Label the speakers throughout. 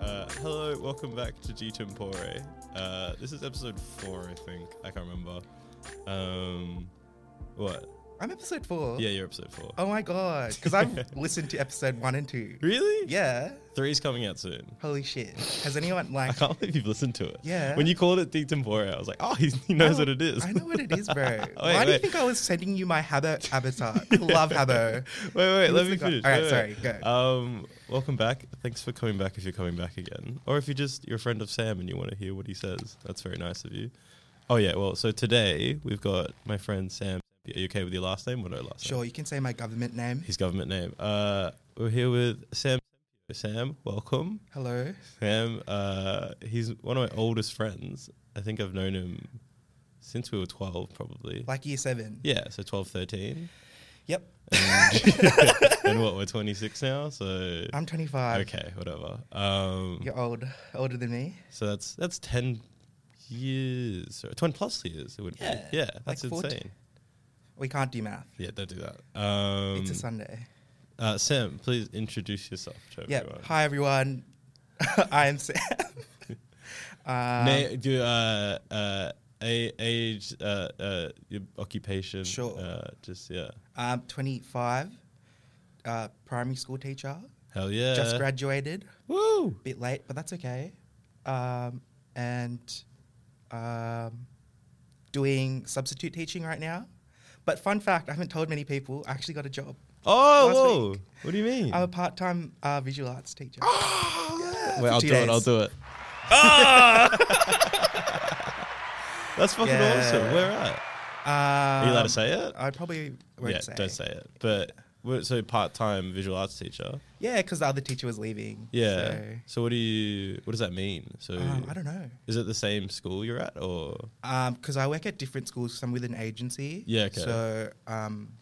Speaker 1: uh, Hello, welcome back to G Tempore. Uh, this is episode four, I think. I can't remember. Um, what?
Speaker 2: I'm episode four.
Speaker 1: Yeah, you're episode four.
Speaker 2: Oh my god. Because I've listened to episode one and two.
Speaker 1: Really?
Speaker 2: Yeah.
Speaker 1: Three's coming out soon.
Speaker 2: Holy shit. Has anyone like?
Speaker 1: I can't believe you've listened to it.
Speaker 2: Yeah.
Speaker 1: When you called it G Tempore, I was like, oh, he, he knows what it is.
Speaker 2: I know what it is, bro.
Speaker 1: Wait,
Speaker 2: Why do you
Speaker 1: wait.
Speaker 2: think I was sending you my Habbo avatar? I love Habbo.
Speaker 1: Wait, wait,
Speaker 2: Who
Speaker 1: let
Speaker 2: was the
Speaker 1: me
Speaker 2: guy-
Speaker 1: finish.
Speaker 2: All right,
Speaker 1: Wait,
Speaker 2: sorry,
Speaker 1: wait.
Speaker 2: go.
Speaker 1: Um, welcome back. Thanks for coming back if you're coming back again. Or if you're just you're a friend of Sam and you want to hear what he says. That's very nice of you. Oh yeah, well, so today we've got my friend Sam. Are you okay with your last name or no last name?
Speaker 2: Sure, you can say my government name.
Speaker 1: His government name. Uh, we're here with Sam. Sam, welcome.
Speaker 2: Hello.
Speaker 1: Sam, uh, he's one of my oldest friends. I think I've known him since we were 12, probably.
Speaker 2: Like year seven.
Speaker 1: Yeah, so 12, 13.
Speaker 2: Yep.
Speaker 1: and what, we're 26 now? So
Speaker 2: I'm 25.
Speaker 1: Okay, whatever. Um,
Speaker 2: You're old. Older than me.
Speaker 1: So that's that's ten years, or ten plus years. It would
Speaker 2: Yeah,
Speaker 1: be. Yeah,
Speaker 2: like
Speaker 1: that's
Speaker 2: 40.
Speaker 1: insane.
Speaker 2: We can't do math.
Speaker 1: Yeah, don't do that. Um,
Speaker 2: it's a Sunday.
Speaker 1: uh, Sam, please introduce yourself to
Speaker 2: Yep.
Speaker 1: everyone.
Speaker 2: Hi everyone. I am Sam. uh,
Speaker 1: Na- do uh, uh, a- age, uh, uh, your occupation.
Speaker 2: Sure.
Speaker 1: Uh, just yeah.
Speaker 2: I'm 25. Um, Uh, primary school teacher.
Speaker 1: Hell yeah.
Speaker 2: Just graduated.
Speaker 1: Woo.
Speaker 2: bit late, but that's okay. Um, and um, doing substitute teaching right now. But fun fact, I haven't told many people. I actually got a job.
Speaker 1: Oh,
Speaker 2: Last
Speaker 1: whoa.
Speaker 2: week.
Speaker 1: What do you mean?
Speaker 2: I'm a part-time uh, visual arts teacher.
Speaker 1: Ah! Wait,
Speaker 2: for
Speaker 1: I'll
Speaker 2: two
Speaker 1: do it. I'll
Speaker 2: days.
Speaker 1: do it. Ah! That's fucking
Speaker 2: Yeah.
Speaker 1: awesome. Where at? Are you allowed to say it?
Speaker 2: Um, I probably won't
Speaker 1: yeah,
Speaker 2: say.
Speaker 1: don't say it. But we're- so part-time visual arts teacher.
Speaker 2: Yeah, because the other teacher was leaving.
Speaker 1: Yeah.
Speaker 2: so,
Speaker 1: So, what do you? What does that mean? So
Speaker 2: um, I don't know.
Speaker 1: Is it the same school you're at, or
Speaker 2: Because Um, I work at different schools. 'cause I'm with an agency.
Speaker 1: Yeah, okay.
Speaker 2: So, um,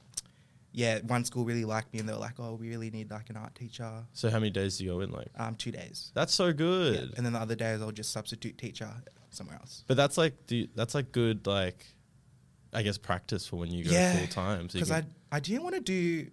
Speaker 2: yeah, one school really liked me, and they were like, "Oh, we really need like an art teacher."
Speaker 1: so? How many days do you go in? Like
Speaker 2: Um, two days.
Speaker 1: that's so
Speaker 2: Yeah,
Speaker 1: good.
Speaker 2: And then the other days I'll just substitute teacher somewhere else.
Speaker 1: but that's like do you, that's like good like, I guess practice for when you go
Speaker 2: Yeah,
Speaker 1: full time. Um, So you
Speaker 2: Because
Speaker 1: can,
Speaker 2: I I didn't want to do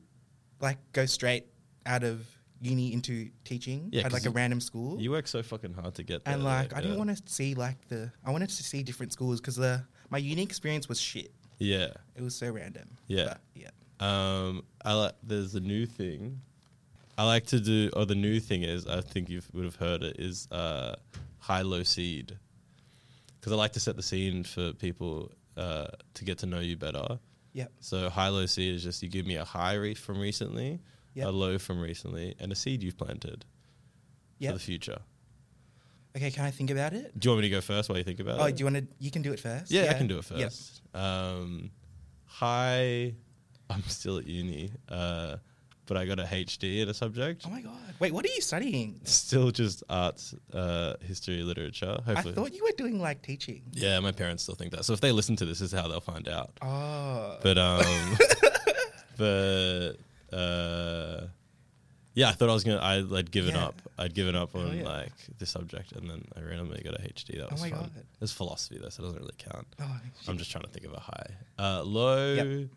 Speaker 2: like go straight out of uni into teaching
Speaker 1: Yeah,
Speaker 2: at
Speaker 1: 'cause
Speaker 2: like a
Speaker 1: you-
Speaker 2: random school.
Speaker 1: you work so fucking hard to get there.
Speaker 2: and like I didn't
Speaker 1: yeah.
Speaker 2: want to see like the I wanted to see different schools because the my uni experience was shit.
Speaker 1: Yeah.
Speaker 2: It was so random.
Speaker 1: Yeah.
Speaker 2: But, yeah.
Speaker 1: Um, I like there's a new thing. I like to do, or the new thing is, I think you would have heard it is uh, high low seed, because I like to set the scene for people uh, to get to know you better.
Speaker 2: Yep.
Speaker 1: So high low seed is just you give me a high re- from recently,
Speaker 2: Yep.
Speaker 1: a low from recently, and a seed you've planted
Speaker 2: Yep.
Speaker 1: for the future.
Speaker 2: Okay, can I think about it?
Speaker 1: Do you want me to go first while you think about
Speaker 2: oh,
Speaker 1: it?
Speaker 2: do you want to? You can do it first.
Speaker 1: Uh, Yeah, I can do it
Speaker 2: Yep.
Speaker 1: first. Um, hi, I'm still at uni, uh, but I got a HD in a subject.
Speaker 2: Oh my god. Wait, what are you studying?
Speaker 1: Still just arts, uh, history, literature. Hopefully,
Speaker 2: I thought you were doing like teaching.
Speaker 1: yeah, my parents still think that. So if they listen to this, this is how they'll find out.
Speaker 2: Oh.
Speaker 1: But um, but uh, yeah, I thought I was gonna. I, I'd given
Speaker 2: Yeah.
Speaker 1: up. I'd given up
Speaker 2: Hell
Speaker 1: on
Speaker 2: yeah.
Speaker 1: like this subject, and then I randomly got a HD. That
Speaker 2: Oh
Speaker 1: was
Speaker 2: my
Speaker 1: fun.
Speaker 2: God.
Speaker 1: It's philosophy, though, so it doesn't really count.
Speaker 2: oh
Speaker 1: I'm just trying to think of a high. Uh, low.
Speaker 2: Yep.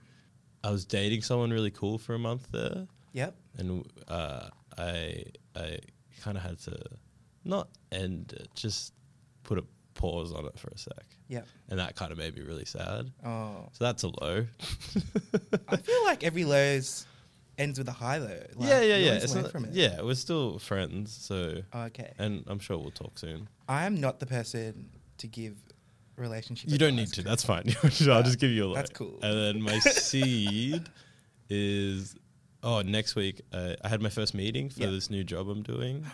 Speaker 1: I was dating someone really cool for a month there,
Speaker 2: yep.
Speaker 1: and uh, I I kind of had to not end it, just put a pause on it for a sec,
Speaker 2: Yep.
Speaker 1: and that kind of made me really sad.
Speaker 2: Oh.
Speaker 1: So that's a low.
Speaker 2: I feel like every lows ends with a high though. Like,
Speaker 1: yeah, yeah,
Speaker 2: you
Speaker 1: yeah.
Speaker 2: always
Speaker 1: It's
Speaker 2: learn
Speaker 1: not-
Speaker 2: from it.
Speaker 1: Yeah, we're still friends, so
Speaker 2: Okay.
Speaker 1: and I'm sure we'll talk soon.
Speaker 2: I am not the person to give relationship.
Speaker 1: You don't need
Speaker 2: advice.
Speaker 1: to. That's fine. I'll just give you a low.
Speaker 2: That's cool.
Speaker 1: And then my seed is oh, next week uh, I had my first meeting for
Speaker 2: Yeah.
Speaker 1: this new job I'm doing.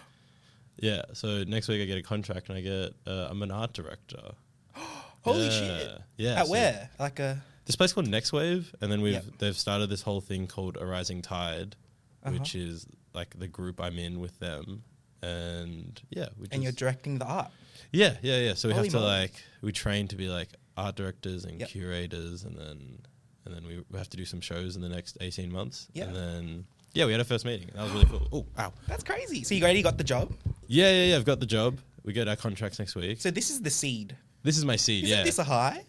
Speaker 1: Yeah, so next week I get a contract and I get uh, I'm an art director.
Speaker 2: Holy
Speaker 1: yeah.
Speaker 2: shit!
Speaker 1: Yeah.
Speaker 2: At
Speaker 1: so
Speaker 2: where? Like uh, a
Speaker 1: This place called Next Wave, and then we've
Speaker 2: Yep.
Speaker 1: they've started this whole thing called A Rising Tide,
Speaker 2: Uh-huh.
Speaker 1: which is like the group I'm in with them. And yeah, we
Speaker 2: and you're
Speaker 1: just-
Speaker 2: directing the art.
Speaker 1: yeah, yeah, yeah. So we
Speaker 2: Holy
Speaker 1: have to
Speaker 2: moly.
Speaker 1: like we train to be like art directors and
Speaker 2: Yep.
Speaker 1: curators, and then and then we we have to do some shows in the next eighteen months.
Speaker 2: Yeah.
Speaker 1: And then yeah, we had our first meeting. That was really cool. Oh, wow.
Speaker 2: That's crazy. So you already got the job.
Speaker 1: Yeah, yeah, yeah. I've got the job. We get our contracts next week.
Speaker 2: So this is the seed.
Speaker 1: This is my seed.
Speaker 2: Isn't
Speaker 1: yeah.
Speaker 2: this a high?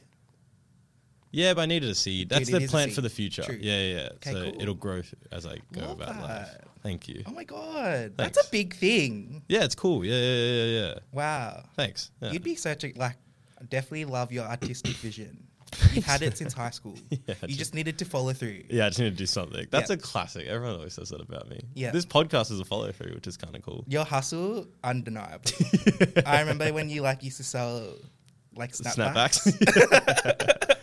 Speaker 1: Yeah, but I needed a seed. That's
Speaker 2: Dude, it
Speaker 1: the
Speaker 2: is a
Speaker 1: plan
Speaker 2: seed.
Speaker 1: for the future.
Speaker 2: True.
Speaker 1: Yeah, yeah. yeah.
Speaker 2: 'Kay,
Speaker 1: so
Speaker 2: cool.
Speaker 1: it'll grow th- as I go
Speaker 2: Love
Speaker 1: about life.
Speaker 2: that.
Speaker 1: Thank you.
Speaker 2: Oh my god, that's
Speaker 1: Thanks.
Speaker 2: a big thing.
Speaker 1: Yeah, it's cool. Yeah, yeah, yeah, yeah. yeah.
Speaker 2: Wow,
Speaker 1: Thanks. Yeah.
Speaker 2: you'd be such a like. I definitely love your artistic vision. You've had it since high school.
Speaker 1: Yeah,
Speaker 2: you
Speaker 1: just-
Speaker 2: just needed to follow through.
Speaker 1: yeah, I just need to do something. That's
Speaker 2: Yeah.
Speaker 1: a classic. Everyone always says that about me.
Speaker 2: Yeah.
Speaker 1: This podcast is a follow through, which is kind of cool.
Speaker 2: Your hustle, undeniable. I remember when you like used to sell like snapbacks,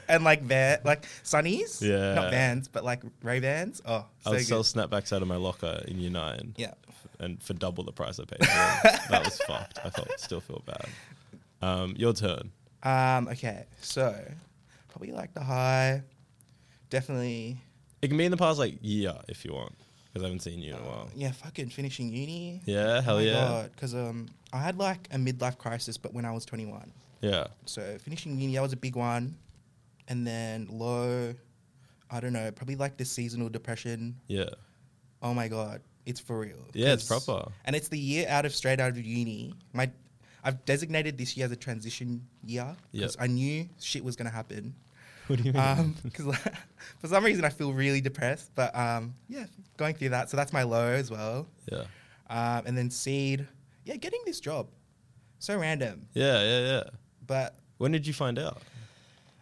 Speaker 2: and like van, like sunnies.
Speaker 1: Yeah.
Speaker 2: not vans, but like Ray Bans. Oh,
Speaker 1: I
Speaker 2: so
Speaker 1: would
Speaker 2: good.
Speaker 1: sell snapbacks out of my locker in year nine.
Speaker 2: yeah,
Speaker 1: And for double the price I paid for them. that was fucked. I felt still feel bad. Um, your turn.
Speaker 2: Um, okay, so probably like the high, definitely.
Speaker 1: It can be in the past like year if you want, because I haven't seen you in
Speaker 2: Oh,
Speaker 1: a while.
Speaker 2: Yeah, fucking finishing uni.
Speaker 1: Yeah, hell yeah,
Speaker 2: Because um, I had like a midlife crisis, but when I was 21.
Speaker 1: yeah.
Speaker 2: So finishing uni, that was a big one. And then low, I don't know, probably like the seasonal depression.
Speaker 1: Yeah.
Speaker 2: Oh my God, it's for real.
Speaker 1: Yeah, it's
Speaker 2: 'Cause-
Speaker 1: proper.
Speaker 2: And it's the year out of straight out of uni. My, I've designated this year as a transition year
Speaker 1: Yep.
Speaker 2: because I knew shit was going to happen.
Speaker 1: What do you mean?
Speaker 2: um because for some reason i feel really depressed but um yeah going through that so that's my low as well
Speaker 1: yeah.
Speaker 2: um and then seed yeah getting this job so random
Speaker 1: Yeah, yeah, yeah.
Speaker 2: but
Speaker 1: When did you find out?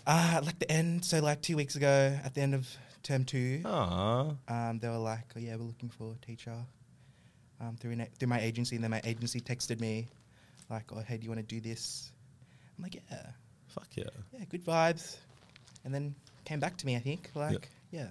Speaker 2: uh like the end so like two weeks ago at the end of term two
Speaker 1: Ah,
Speaker 2: um they were like oh yeah we're looking for a teacher um through an, through my agency and then my agency texted me like oh hey do you want to do this i'm like yeah
Speaker 1: fuck yeah.
Speaker 2: yeah good vibes and then came back to me i think like yeah.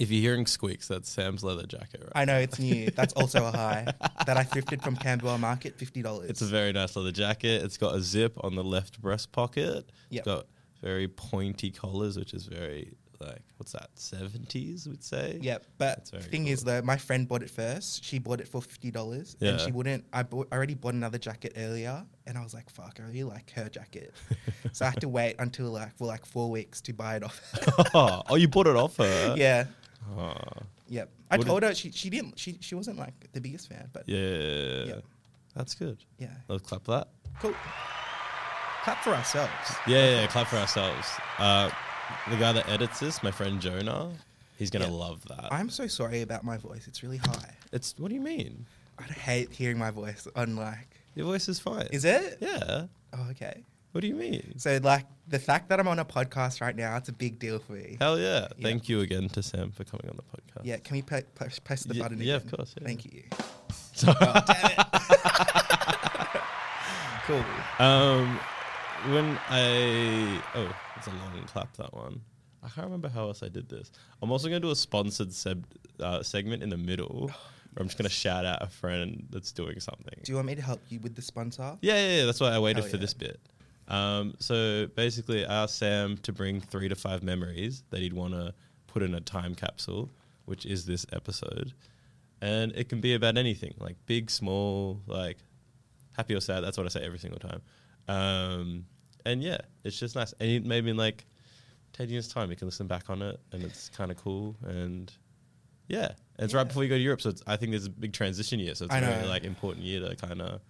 Speaker 1: If you're hearing squeaks, that's Sam's leather jacket, right?
Speaker 2: I know it's new. That's also a high that I thrifted from Camberwell Market, fifty dollars.
Speaker 1: It's a very nice leather jacket. It's got a zip on the left breast pocket.
Speaker 2: Yep.
Speaker 1: It's got very pointy collars, which is very like what's that? Seventies, we'd say.
Speaker 2: yeah, but
Speaker 1: That's very
Speaker 2: thing is
Speaker 1: cool.
Speaker 2: though, my friend bought it first. She bought it for fifty dollars, and
Speaker 1: Yeah.
Speaker 2: she wouldn't. I bought, I already bought another jacket earlier, and I was like, "Fuck, I really like her jacket." so I had to wait until like for like four weeks to buy it off.
Speaker 1: oh, you bought it off her.
Speaker 2: yeah,
Speaker 1: Oh,
Speaker 2: yep. I
Speaker 1: What did-
Speaker 2: told her she, she didn't. She she wasn't like the biggest fan, but yeah,
Speaker 1: yeah. That's good. Let's clap that.
Speaker 2: cool. Clap for ourselves.
Speaker 1: Yeah, yeah, yeah, clap for ourselves. Uh, the guy that edits this, my friend Jonah, he's gonna
Speaker 2: Yeah.
Speaker 1: love that.
Speaker 2: I'm so sorry about my voice. It's really high.
Speaker 1: it's what do you mean?
Speaker 2: I hate hearing my voice on like.
Speaker 1: Your voice is fine.
Speaker 2: Is it?
Speaker 1: Yeah.
Speaker 2: Oh, okay.
Speaker 1: What do you mean?
Speaker 2: So, like, the fact that I'm on a podcast right now, it's a big deal for me.
Speaker 1: Hell yeah.
Speaker 2: Yeah.
Speaker 1: Thank you again to Sam for coming on the podcast.
Speaker 2: Yeah, can we pe- press, press the
Speaker 1: Ye-
Speaker 2: button
Speaker 1: yeah, of
Speaker 2: again?
Speaker 1: course, yeah.
Speaker 2: Thank you.
Speaker 1: So,
Speaker 2: Oh, damn it. cool.
Speaker 1: um, when I. Oh, it's a long clap, that one. I can't remember how else I did this. I'm also going to do a sponsored seb- uh, segment in the middle where I'm just going to shout out a friend that's doing something.
Speaker 2: Do you want me to help you with the sponsor?
Speaker 1: Yeah, yeah, yeah. That's why I waited
Speaker 2: Hell
Speaker 1: for
Speaker 2: yeah.
Speaker 1: this bit. Um, so basically, I asked Sam to bring three to five memories that he'd want to put in a time capsule, which is this episode. And it can be about anything, like big, small, like happy or sad. That's what I say every single time. Um, and yeah, it's just nice. And it maybe in like 10 years' time, you can listen back on it, and it's kind of cool. And yeah, it's right
Speaker 2: Yeah.
Speaker 1: before you go to Europe. So it's, I think there's a big transition year. So it's
Speaker 2: I
Speaker 1: a very
Speaker 2: know.
Speaker 1: like important year to kind of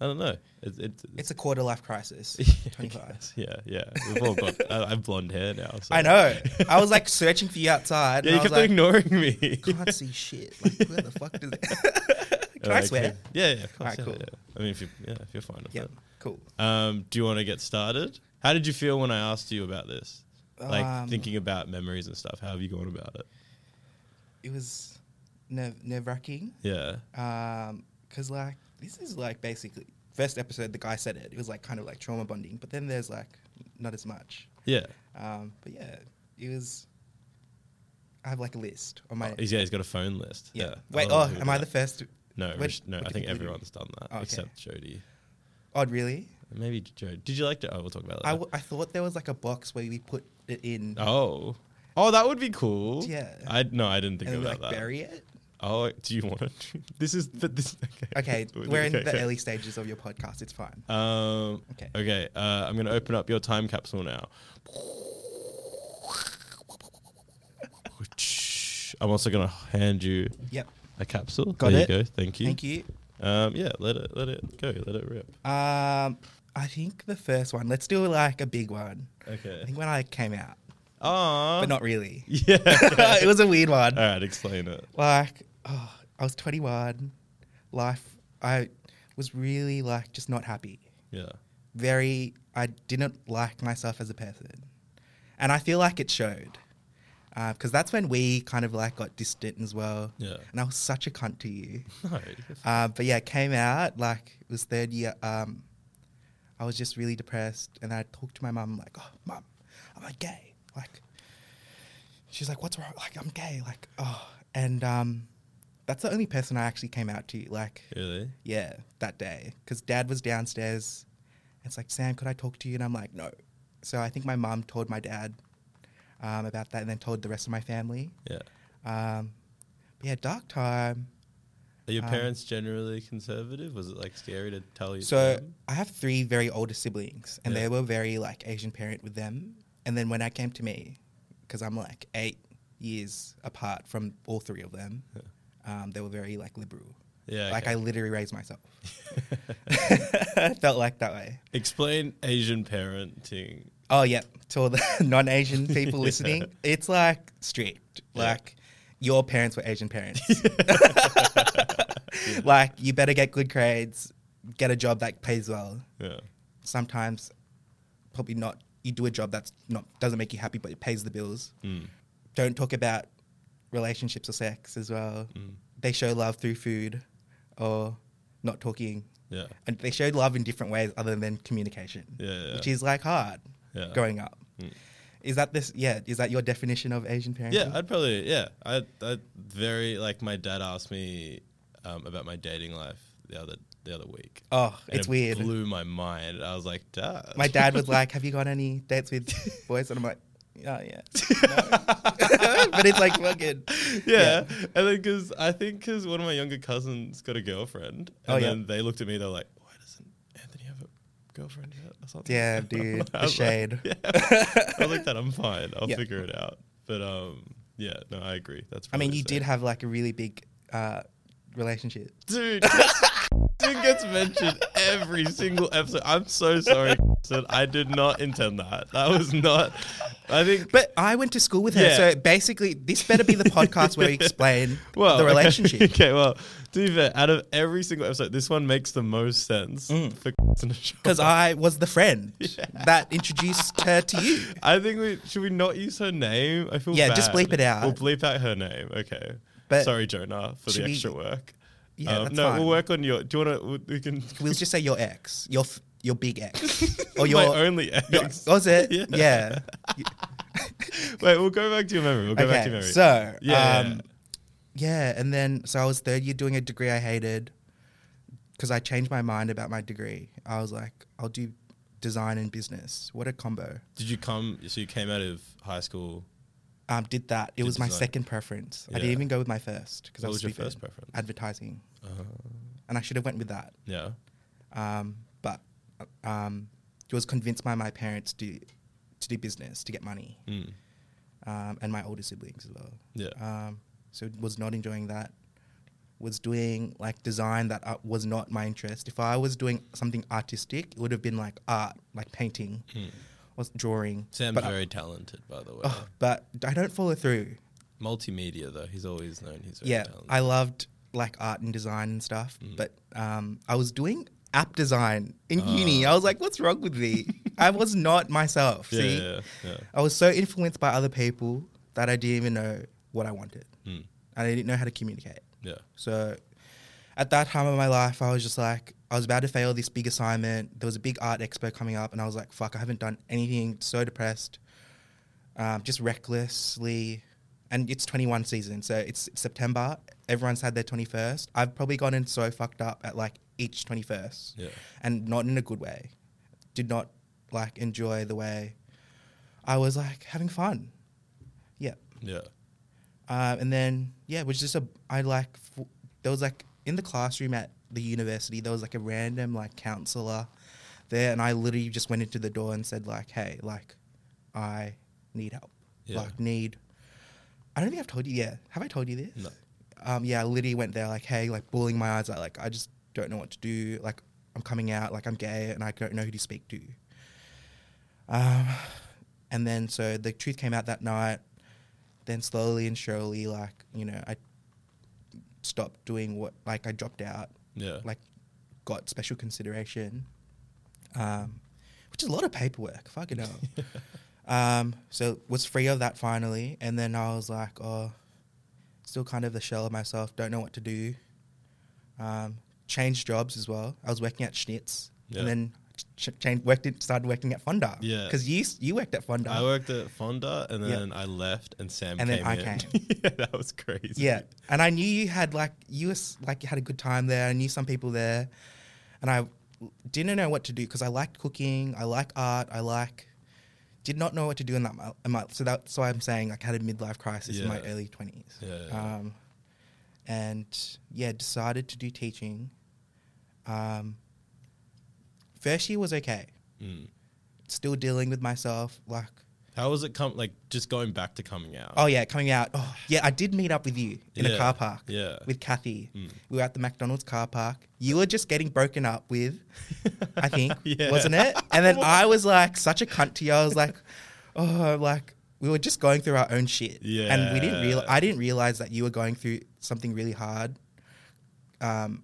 Speaker 1: I don't know. It, it,
Speaker 2: It's a quarter life crisis.
Speaker 1: Yeah,
Speaker 2: 25.
Speaker 1: Yeah, yeah. We've all got. I, I have blonde hair now. So.
Speaker 2: I know. I was like searching for you outside.
Speaker 1: Yeah, you
Speaker 2: and
Speaker 1: kept
Speaker 2: I was like,
Speaker 1: ignoring me.
Speaker 2: can't see shit. Like, where the fuck does it? can I
Speaker 1: Okay.
Speaker 2: swear?
Speaker 1: Yeah, yeah. Of course,
Speaker 2: Alright,
Speaker 1: yeah,
Speaker 2: cool.
Speaker 1: yeah. I mean, if you yeah, if you're fine with
Speaker 2: Yeah,
Speaker 1: it.
Speaker 2: cool.
Speaker 1: Um, do you want to get started? How did you feel when I asked you about this? Like
Speaker 2: Um,
Speaker 1: thinking about memories and stuff. How have you gone about it?
Speaker 2: It was nerve nerve wracking.
Speaker 1: Yeah.
Speaker 2: Um, 'cause cause like this is like basically first episode the guy said it. It was like kind of like trauma bonding, but then there's like not as much.
Speaker 1: Yeah.
Speaker 2: Um, but yeah, it was. I have like a list on my.
Speaker 1: Oh, he's, yeah, he's got a phone list.
Speaker 2: yeah.
Speaker 1: Yeah.
Speaker 2: Wait.
Speaker 1: love
Speaker 2: Oh,
Speaker 1: people
Speaker 2: am
Speaker 1: do
Speaker 2: I
Speaker 1: that.
Speaker 2: the first?
Speaker 1: No,
Speaker 2: when-
Speaker 1: Rish- no.
Speaker 2: what
Speaker 1: I
Speaker 2: do
Speaker 1: think
Speaker 2: people do?
Speaker 1: everyone's done that
Speaker 2: Oh, okay.
Speaker 1: except Jody.
Speaker 2: Oh, really?
Speaker 1: Maybe Jody. Did you like it? Oh, we'll talk about that.
Speaker 2: I,
Speaker 1: later.
Speaker 2: w- I thought there was like a box where we put it in
Speaker 1: Oh. Oh, that would be cool.
Speaker 2: Yeah.
Speaker 1: I no, I didn't think
Speaker 2: and then we,
Speaker 1: about
Speaker 2: like
Speaker 1: that.
Speaker 2: bury it.
Speaker 1: Oh, do you want to? This is the, this.
Speaker 2: Okay, we're in
Speaker 1: okay,
Speaker 2: the
Speaker 1: okay.
Speaker 2: early stages of your podcast. It's fine.
Speaker 1: Um.
Speaker 2: Okay.
Speaker 1: Okay. Okay. Uh, I'm gonna open up your time capsule now. I'm also gonna hand you
Speaker 2: Yep.
Speaker 1: a capsule.
Speaker 2: Got
Speaker 1: there
Speaker 2: it.
Speaker 1: you go. Thank you.
Speaker 2: Thank you.
Speaker 1: Um. Yeah. Let it. Let it go. Let it rip.
Speaker 2: Um, I think the first one. Let's do like a big one. I
Speaker 1: Okay.
Speaker 2: think when I came out.
Speaker 1: Aww.
Speaker 2: but not really.
Speaker 1: Yeah.
Speaker 2: it was a weird one.
Speaker 1: All right, explain it.
Speaker 2: Like, oh, I was 21. Life, I was really like just not happy.
Speaker 1: Yeah.
Speaker 2: Very, I didn't like myself as a person. And I feel like it showed. Because that's when we kind of like got distant as well.
Speaker 1: Yeah.
Speaker 2: And I was such a cunt to you.
Speaker 1: No.
Speaker 2: Uh, but yeah, it came out like it was third year. Um, I was just really depressed, and I talked to my mum like, "Oh, mum, I'm like gay." Like, she's like, "What's wrong?" Like, I'm gay. Like, oh, and um, that's the only person I actually came out to. Like,
Speaker 1: Really?
Speaker 2: yeah, that day, because dad was downstairs. It's like, Sam, could I talk to you? And I'm like, no. So I think my mum told my dad um, about that, and then told the rest of my family.
Speaker 1: Yeah.
Speaker 2: Um, but yeah, dark time.
Speaker 1: Are your
Speaker 2: Um,
Speaker 1: parents generally conservative? Was it like scary to tell you?
Speaker 2: So I have three very older siblings, and
Speaker 1: Yeah.
Speaker 2: they were very like Asian parent with them. And then when I came to me, because I'm like eight years apart from all three of them,
Speaker 1: Yeah.
Speaker 2: um, they were very like liberal.
Speaker 1: yeah.
Speaker 2: Like
Speaker 1: okay.
Speaker 2: I literally raised myself. Felt like that way.
Speaker 1: explain Asian parenting.
Speaker 2: Oh yeah, to all the non-Asian people
Speaker 1: Yeah.
Speaker 2: listening, it's like strict.
Speaker 1: Yeah.
Speaker 2: Like your parents were Asian parents. Like you better get good grades, get a job that pays well.
Speaker 1: Yeah.
Speaker 2: sometimes probably not you do a job that's not doesn't make you happy but it pays the bills
Speaker 1: Mm.
Speaker 2: don't talk about relationships or sex as well
Speaker 1: Mm.
Speaker 2: they show love through food or not talking
Speaker 1: Yeah.
Speaker 2: and they showed love in different ways other than communication
Speaker 1: Yeah, yeah.
Speaker 2: which is like hard
Speaker 1: Yeah.
Speaker 2: growing up
Speaker 1: Mm.
Speaker 2: is that this yeah is that your definition of asian parenting
Speaker 1: Yeah, I'd probably yeah. I I very like my dad asked me um, about my dating life the other the other week.
Speaker 2: oh
Speaker 1: And
Speaker 2: it's
Speaker 1: it
Speaker 2: weird
Speaker 1: Blew my mind. I was like, Dad.
Speaker 2: my dad was like have you got any dates with boys and i'm like oh yeah but it's like fucking
Speaker 1: yeah. And then because I think because one of my younger cousins got a girlfriend, and
Speaker 2: Oh, yeah.
Speaker 1: then they looked at me. They're like, Why doesn't Anthony have a girlfriend yet? Or something?
Speaker 2: Yeah,
Speaker 1: And I'm
Speaker 2: dude,
Speaker 1: like-
Speaker 2: the
Speaker 1: I was like,
Speaker 2: shade.
Speaker 1: yeah. I was like, That I'm fine. I'll
Speaker 2: Yeah.
Speaker 1: figure it out. But um, yeah. No, I agree. That's.
Speaker 2: I mean,
Speaker 1: probably
Speaker 2: you
Speaker 1: the
Speaker 2: did
Speaker 1: same.
Speaker 2: have like a really big uh, relationship.
Speaker 1: dude. Dude gets mentioned every single episode. I'm so sorry. Said I did not intend that. That was not. I think.
Speaker 2: But I went to school with her,
Speaker 1: Yeah.
Speaker 2: so basically, this better be the podcast where we explain
Speaker 1: Well,
Speaker 2: the
Speaker 1: okay.
Speaker 2: relationship.
Speaker 1: Okay, well, to be fair, out of every single episode, this one makes the most sense for in a show.
Speaker 2: Because Mm. I was the friend that introduced her to you.
Speaker 1: I think we should we not use her name. I feel
Speaker 2: Yeah, just
Speaker 1: bad.
Speaker 2: bleep it out.
Speaker 1: We'll bleep out her name. Okay.
Speaker 2: But
Speaker 1: sorry, Jonah, for the
Speaker 2: should we-
Speaker 1: extra work. Um,
Speaker 2: Yeah, that's
Speaker 1: no,
Speaker 2: fine.
Speaker 1: we'll work on your. Do you want to? We can.
Speaker 2: We'll just say your ex, your f- your big ex, or
Speaker 1: My
Speaker 2: your
Speaker 1: only
Speaker 2: your-
Speaker 1: ex.
Speaker 2: Was it?
Speaker 1: Yeah.
Speaker 2: Yeah.
Speaker 1: Wait, we'll go back to your memory. We'll go back
Speaker 2: Okay.
Speaker 1: to your memory.
Speaker 2: So
Speaker 1: Yeah,
Speaker 2: um, yeah, and then so I was third year doing a degree I hated because I changed my mind about my degree. I was like, I'll do design and business. What a combo!
Speaker 1: Did you come? So you came out of high school.
Speaker 2: Um, did that. It
Speaker 1: Did
Speaker 2: was my
Speaker 1: design.
Speaker 2: second preference. I
Speaker 1: Yeah.
Speaker 2: didn't even go with my first because I
Speaker 1: What
Speaker 2: was,
Speaker 1: was your
Speaker 2: stupid.
Speaker 1: first preference?
Speaker 2: Advertising,
Speaker 1: Uh,
Speaker 2: and I should have went with that.
Speaker 1: yeah.
Speaker 2: Um, but um, I was convinced by my parents to to do business to get money,
Speaker 1: Mm.
Speaker 2: um, and my older siblings as well.
Speaker 1: Yeah.
Speaker 2: Um, so was not enjoying that. Was doing like design that uh, was not my interest. If I was doing something artistic, it would have been like art, like painting or s- drawing.
Speaker 1: Sam's
Speaker 2: but I-
Speaker 1: Mm. very talented, by the way.
Speaker 2: oh, but I don't follow through.
Speaker 1: Multimedia, though, he's always known he's very
Speaker 2: yeah,
Speaker 1: talented.
Speaker 2: I loved like art and design and stuff,
Speaker 1: Mm-hmm.
Speaker 2: but um, I was doing app design in
Speaker 1: Ah.
Speaker 2: uni. I was like, what's wrong with me? I was not myself.
Speaker 1: yeah,
Speaker 2: see,
Speaker 1: yeah, yeah.
Speaker 2: I was so influenced by other people that I didn't even know what I wanted.
Speaker 1: Mm.
Speaker 2: I didn't know how to communicate.
Speaker 1: yeah.
Speaker 2: So at that time of my life, I was just like, I was about to fail this big assignment. There was a big art expo coming up, and I was like, fuck, I haven't done anything. So depressed, um, just recklessly. And it's 21 season, so it's September. Everyone's had their 21st. I've probably gotten so fucked up at like each 21st,
Speaker 1: Yeah.
Speaker 2: and not in a good way. Did not like enjoy the way I was like having fun. Yeah.
Speaker 1: Yeah.
Speaker 2: Um, and then yeah, which is just a I like f- there was like in the classroom at the university there was like a random like counselor there, and I literally just went into the door and said like, hey, like I need help,
Speaker 1: Yeah.
Speaker 2: like need. I don't think I've told you. Yeah, have I told you this?
Speaker 1: No.
Speaker 2: Um, yeah, I literally went there like, hey, like bawling my eyes out, like I just don't know what to do. Like I'm coming out, like I'm gay, and I don't know who to speak to. Um, And then so the truth came out that night. Then slowly and surely, like you know, I stopped doing what like I dropped out,
Speaker 1: Yeah.
Speaker 2: like got special consideration, um, which is a lot of paperwork. Fucking hell. um, so was free of that finally, and then I was like, oh, still kind of the shell of myself. Don't know what to do. Um, changed jobs as well. I was working at Schnitz,
Speaker 1: Yeah.
Speaker 2: and then ch- changed worked it, started working at Fonda.
Speaker 1: Yeah.
Speaker 2: because you s- you worked at Fonda.
Speaker 1: I worked at Fonda and
Speaker 2: uh, Yeah.
Speaker 1: then I left and Sam
Speaker 2: And then
Speaker 1: came
Speaker 2: I
Speaker 1: in.
Speaker 2: came.
Speaker 1: yeah, that was crazy.
Speaker 2: Yeah, and I knew you had like you was, like you had a good time there. I knew some people there, and I didn't know what to do because I liked cooking, I like art, I like did not know what to do in that mo- in my so that's why I'm saying like I had a midlife crisis in my
Speaker 1: Yeah.
Speaker 2: early twenties.
Speaker 1: Yeah, yeah, yeah.
Speaker 2: Um, and yeah, decided to do teaching. Um, first year was okay.
Speaker 1: Mm.
Speaker 2: Still dealing with myself, like
Speaker 1: How was it come like just going back to coming out?
Speaker 2: oh yeah, coming out. Oh yeah, I did meet up with you in
Speaker 1: Yeah,
Speaker 2: a car park
Speaker 1: yeah.
Speaker 2: with Kathy.
Speaker 1: Mm.
Speaker 2: We were at the McDonald's car park. You were just getting broken up with, I think,
Speaker 1: Yeah.
Speaker 2: wasn't it? And then
Speaker 1: What?
Speaker 2: I was like such a cunt to you. I was like, oh, like we were just going through our own shit. And we didn't real
Speaker 1: Yeah.
Speaker 2: I didn't realize that you were going through something really hard. Um,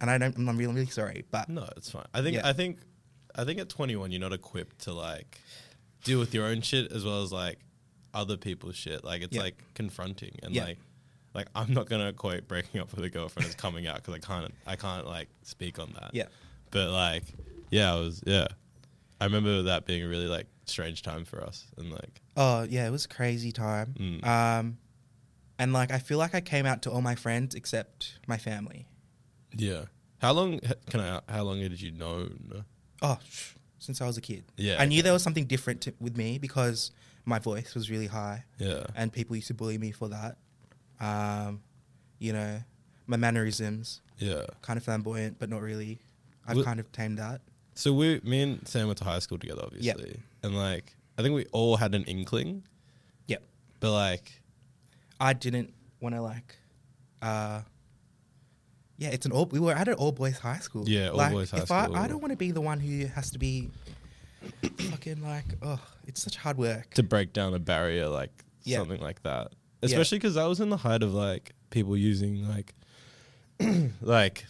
Speaker 2: and I don't. I'm really, really sorry, but
Speaker 1: No, it's fine. I think
Speaker 2: Yeah.
Speaker 1: I think I think at 21 you're not equipped to like deal with your own shit as well as like other people's shit. Like it's
Speaker 2: Yeah.
Speaker 1: like confronting and
Speaker 2: Yeah.
Speaker 1: like like I'm not gonna equate breaking up with a girlfriend as coming out because I can't I can't like speak on that.
Speaker 2: Yeah.
Speaker 1: But like yeah, I was yeah. I remember that being a really like strange time for us and like
Speaker 2: Oh yeah, it was a crazy time.
Speaker 1: Mm.
Speaker 2: Um, and like I feel like I came out to all my friends except my family.
Speaker 1: yeah. How long h- can I? How long did you know?
Speaker 2: Oh, sh- since I was a kid.
Speaker 1: Yeah,
Speaker 2: I knew
Speaker 1: okay.
Speaker 2: there was something different to, with me because my voice was really high,
Speaker 1: Yeah.
Speaker 2: and people used to bully me for that. Um, you know, my mannerisms,
Speaker 1: Yeah.
Speaker 2: kind of flamboyant, but not really. I've
Speaker 1: Wh-
Speaker 2: kind of tamed that.
Speaker 1: So we, me and Sam went to high school together,
Speaker 2: Yep.
Speaker 1: obviously, and like I think we all had an inkling,
Speaker 2: Yep.
Speaker 1: but like
Speaker 2: I didn't want to like. Uh, yeah, it's an all. We were at an all boys high school.
Speaker 1: Yeah, all
Speaker 2: like,
Speaker 1: boys high
Speaker 2: if I,
Speaker 1: school.
Speaker 2: I don't want to be the one who has to be fucking like, oh, it's such hard work.
Speaker 1: to break down a barrier, like
Speaker 2: Yeah.
Speaker 1: something like that,
Speaker 2: Yeah.
Speaker 1: especially because I was in the height of like people using like, like,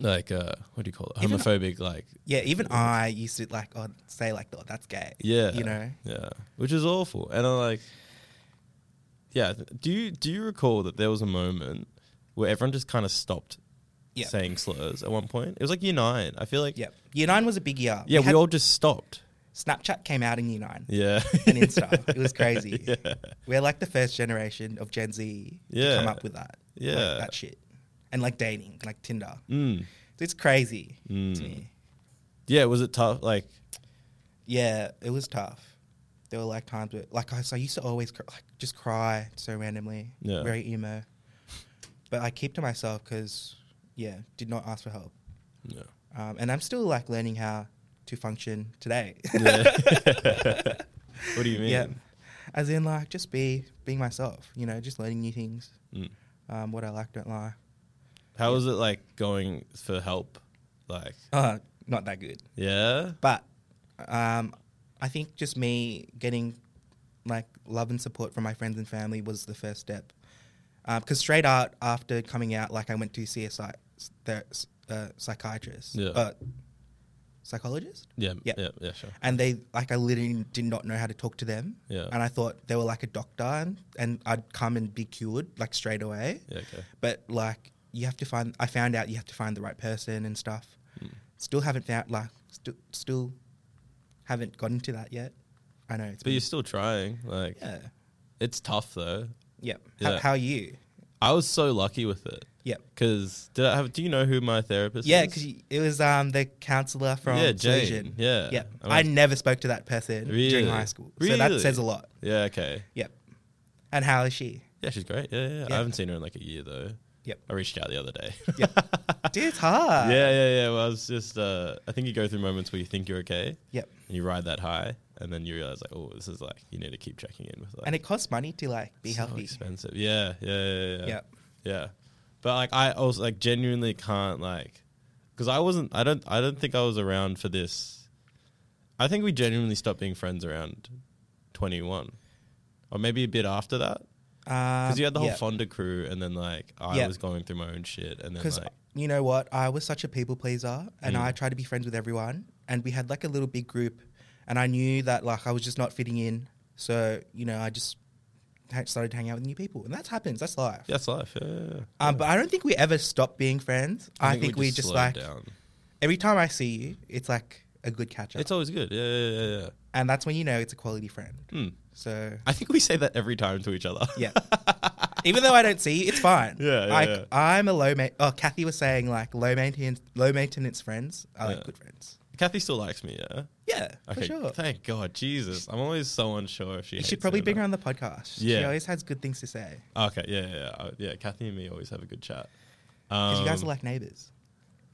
Speaker 1: like uh, what do you call it?
Speaker 2: Even-
Speaker 1: Homophobic, like
Speaker 2: Yeah, even I used to like, oh, say like, oh, that's gay.
Speaker 1: yeah,
Speaker 2: you know.
Speaker 1: yeah, which is awful. And I'm like, yeah. th- Do you do you recall that there was a moment where everyone just kind of stopped
Speaker 2: Yeah.
Speaker 1: saying slurs at one point? It was like year nine. I feel like
Speaker 2: Yep. Year nine was a big year.
Speaker 1: Yeah, we,
Speaker 2: had-
Speaker 1: all just stopped.
Speaker 2: Snapchat came out in year nine
Speaker 1: Yeah.
Speaker 2: and Insta. it was crazy.
Speaker 1: Yeah.
Speaker 2: We're like the first generation of Gen Z to come
Speaker 1: Yeah.
Speaker 2: up with that. like,
Speaker 1: Yeah.
Speaker 2: that shit. And like dating, like Tinder.
Speaker 1: Mm.
Speaker 2: It's crazy
Speaker 1: Mm.
Speaker 2: to me.
Speaker 1: Yeah, was it tough? Like,
Speaker 2: Yeah, it was tough. There were like times where, like, I, so I used to always cr- like just cry so randomly,
Speaker 1: Yeah.
Speaker 2: very emo. But I keep to myself because, yeah, did not ask for help.
Speaker 1: yeah.
Speaker 2: Um, and I'm still like learning how to function today.
Speaker 1: what do you mean?
Speaker 2: Yeah. As in, like, just be being myself, you know, just learning new things,
Speaker 1: Mm.
Speaker 2: um, what I like, don't like.
Speaker 1: How was it like going for help? Like,
Speaker 2: Uh, not that good.
Speaker 1: yeah,
Speaker 2: But um, I think just me getting, like, love and support from my friends and family was the first step. Because straight out after coming out, like, I went to see a psy- ther- uh, psychiatrist.
Speaker 1: Yeah.
Speaker 2: Uh, psychologist?
Speaker 1: yeah, yeah,
Speaker 2: Yeah.
Speaker 1: yeah, sure.
Speaker 2: and they like I literally did not know how to talk to them.
Speaker 1: Yeah.
Speaker 2: And I thought they were like a doctor, and, and I'd come and be cured like straight away.
Speaker 1: Yeah, okay.
Speaker 2: But like you have to find, I found out you have to find the right person and stuff.
Speaker 1: Hmm.
Speaker 2: Still haven't found like st- still haven't gotten to that yet. I know. It's
Speaker 1: But you're still trying. Like,
Speaker 2: yeah,
Speaker 1: it's tough though.
Speaker 2: yep.
Speaker 1: Yeah.
Speaker 2: How, how are you?
Speaker 1: I was so lucky with it.
Speaker 2: Yep.
Speaker 1: Cause did I have? Do you know who my therapist?
Speaker 2: Yeah,
Speaker 1: is?
Speaker 2: because it was um the counselor from
Speaker 1: Yeah, Jane.
Speaker 2: Jane.
Speaker 1: Yeah.
Speaker 2: yeah.
Speaker 1: I
Speaker 2: I,
Speaker 1: mean-
Speaker 2: never spoke to that person
Speaker 1: Really?
Speaker 2: during high school, so that
Speaker 1: Really?
Speaker 2: says a lot.
Speaker 1: yeah, okay.
Speaker 2: Yep. And how is she?
Speaker 1: Yeah, she's great. Yeah, yeah, yeah. I
Speaker 2: Yeah.
Speaker 1: haven't seen her in like a year though.
Speaker 2: Yep.
Speaker 1: I reached out the other day.
Speaker 2: Yep. Dude, it's hard.
Speaker 1: yeah, yeah, yeah. Well, it's just uh, I think you go through moments where you think you're okay,
Speaker 2: Yep.
Speaker 1: and you ride that high, and then you realize like, oh, this is like you need to keep checking in with like.
Speaker 2: And it costs money to like be
Speaker 1: so
Speaker 2: healthy.
Speaker 1: expensive. Yeah, yeah, yeah, yeah.
Speaker 2: Yep.
Speaker 1: Yeah, but like I also like genuinely can't like, because I wasn't. I don't. I don't think I was around for this. I think we genuinely stopped being friends around 21, or maybe a bit after that.
Speaker 2: Because
Speaker 1: Because you had the whole
Speaker 2: Um, yeah.
Speaker 1: Fonda crew, and then like I
Speaker 2: Yeah.
Speaker 1: was going through my own shit, and then
Speaker 2: Because
Speaker 1: like
Speaker 2: you know what? I was such a people pleaser and
Speaker 1: Mm.
Speaker 2: I tried to be friends with everyone. And we had like a little big group. And I knew that like I was just not fitting in. So, you know, I just ha- started hanging out with new people. And that happens. That's life.
Speaker 1: yeah, it's life. Yeah, yeah, yeah.
Speaker 2: Um, but I don't think we ever stopped being friends. I, think, we just,
Speaker 1: slowed
Speaker 2: like,
Speaker 1: down.
Speaker 2: every time I see you, it's like a good catch up.
Speaker 1: It's always good. Yeah, yeah, yeah, yeah.
Speaker 2: and that's when you know it's a quality friend.
Speaker 1: yeah. Hmm.
Speaker 2: So,
Speaker 1: I think we say that every time to each other.
Speaker 2: Yeah. even though I don't see you, it's fine.
Speaker 1: Yeah, yeah,
Speaker 2: Like,
Speaker 1: yeah.
Speaker 2: I'm a low ma- Oh, Kathy was saying like low maintenance, low maintenance friends are like
Speaker 1: Yeah.
Speaker 2: good friends.
Speaker 1: Kathy still likes me. Yeah.
Speaker 2: Yeah,
Speaker 1: Okay.
Speaker 2: for sure.
Speaker 1: Thank God, Jesus. I'm always so unsure if she.
Speaker 2: You
Speaker 1: hates
Speaker 2: should probably
Speaker 1: it or
Speaker 2: bring her
Speaker 1: not.
Speaker 2: on the podcast. She
Speaker 1: Yeah.
Speaker 2: always has good things to say.
Speaker 1: Okay. Yeah, yeah, yeah. Uh, yeah. Kathy and me always have a good chat.
Speaker 2: Because
Speaker 1: Um,
Speaker 2: you guys are like neighbors.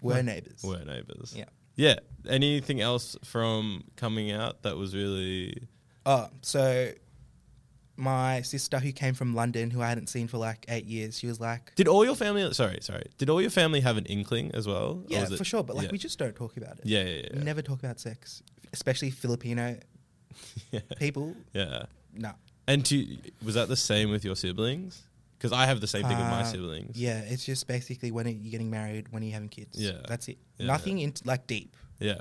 Speaker 2: We're
Speaker 1: Yeah.
Speaker 2: neighbors.
Speaker 1: we're neighbors.
Speaker 2: Yeah.
Speaker 1: Yeah. Anything else from coming out that was really?
Speaker 2: Oh, so my sister who came from London, who I hadn't seen for like eight years, she was like,
Speaker 1: Did all your family? Sorry, sorry. Did all your family have an inkling as well? Or
Speaker 2: Yeah,
Speaker 1: was Oh, it-
Speaker 2: for sure. But like,
Speaker 1: yeah.
Speaker 2: we just don't talk about it.
Speaker 1: Yeah, yeah, yeah.
Speaker 2: We never talk about sex, especially Filipino
Speaker 1: yeah.
Speaker 2: people.
Speaker 1: Yeah.
Speaker 2: No.
Speaker 1: And do you- was that the same with your siblings? Because I have the same thing with my
Speaker 2: Uh,
Speaker 1: siblings.
Speaker 2: Yeah, it's just basically when are you getting married, when are you having kids.
Speaker 1: Yeah.
Speaker 2: That's it.
Speaker 1: Yeah.
Speaker 2: Nothing in, like deep,
Speaker 1: Yeah.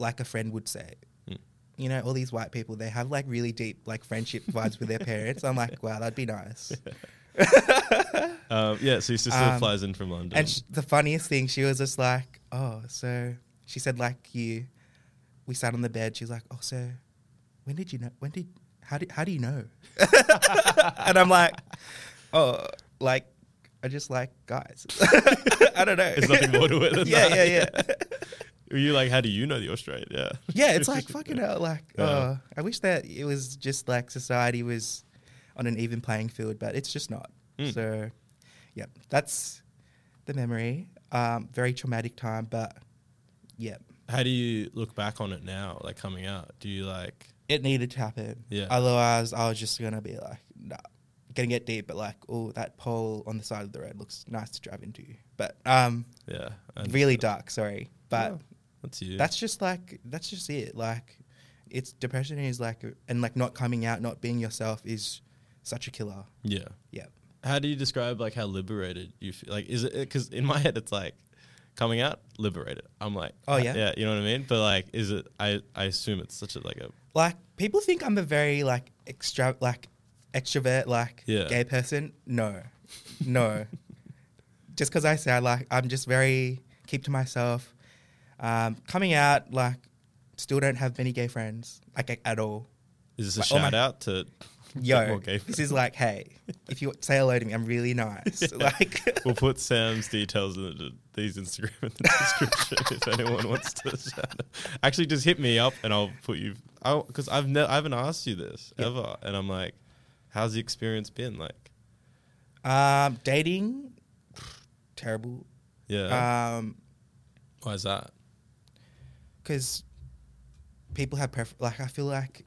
Speaker 2: like a friend would say.
Speaker 1: Mm.
Speaker 2: You know, all these white people, they have like really deep like friendship vibes with their parents. I'm like, wow, that'd be nice.
Speaker 1: Um, yeah. So your sister
Speaker 2: Um,
Speaker 1: flies in from London.
Speaker 2: And sh- the funniest thing, she was just like, "Oh, so," she said, "Like you." We sat on the bed. She was like, "Oh, so, when did you know? When did how do how do you know?" and I'm like, "Oh, like I just like guys. I don't know.
Speaker 1: There's nothing more to it than
Speaker 2: yeah,
Speaker 1: that.
Speaker 2: yeah, yeah,
Speaker 1: Were you like, how do you know that you're straight? Yeah.
Speaker 2: yeah. It's like fucking hell. Like,
Speaker 1: Yeah.
Speaker 2: oh, I wish that it was just like society was on an even playing field, but it's just not.
Speaker 1: Mm.
Speaker 2: So, yeah, that's the memory. Um, very traumatic time, but yeah,
Speaker 1: How do you look back on it now, like coming out? Do you like,
Speaker 2: it needed to happen.
Speaker 1: Yeah.
Speaker 2: Otherwise, I was just gonna be like, nah, gonna get deep, but like, oh, that pole on the side of the road looks nice to drive into, but um,
Speaker 1: yeah. and-
Speaker 2: really dark. Sorry, but.
Speaker 1: Yeah, that's you.
Speaker 2: that's just like that's just it like it's depression is like and like not coming out not being yourself is such a killer
Speaker 1: yeah.
Speaker 2: yeah
Speaker 1: How do you describe like how liberated you feel? Like, is it because in my head it's like coming out liberated? I'm like,
Speaker 2: Oh, yeah?
Speaker 1: yeah. You know what I mean? But like, is it? I I assume it's such a like a
Speaker 2: like people think i'm a very like extra like extrovert like
Speaker 1: Yeah.
Speaker 2: gay person no no just because i say i like i'm just very keep to myself um coming out like still don't have many gay friends like a- at all
Speaker 1: Is this a
Speaker 2: Like, oh my-
Speaker 1: shout out to get
Speaker 2: yo
Speaker 1: more gay
Speaker 2: this is like hey if you say hello to me i'm really nice
Speaker 1: Yeah.
Speaker 2: like
Speaker 1: We'll put Sam's details in the, these Instagram in the description if anyone wants to. Shout out. Actually, just hit me up and I'll put you. Because I've ne- I haven't asked you this
Speaker 2: Yeah.
Speaker 1: ever, and I'm like, how's the experience been like?
Speaker 2: Um, dating, terrible.
Speaker 1: Yeah,
Speaker 2: Um,
Speaker 1: why is that?
Speaker 2: because people have prefer. Like I feel like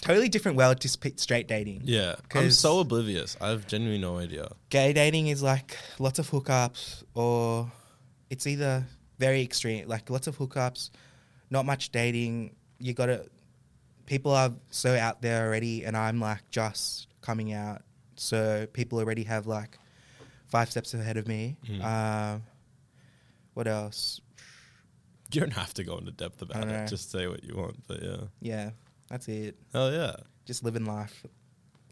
Speaker 2: totally different world to sp- straight dating.
Speaker 1: Yeah, I'm
Speaker 2: 'Cause-
Speaker 1: so oblivious. I have genuinely no idea.
Speaker 2: Gay dating is like lots of hookups, or it's either very extreme, like lots of hookups, not much dating. You gotta. People are so out there already, and I'm like just coming out, so people already have like five steps ahead of me.
Speaker 1: Mm.
Speaker 2: Um, what else?
Speaker 1: You don't have to go into depth about
Speaker 2: know.
Speaker 1: it. Just say what you want. But yeah,
Speaker 2: Yeah, that's it.
Speaker 1: oh yeah,
Speaker 2: Just living life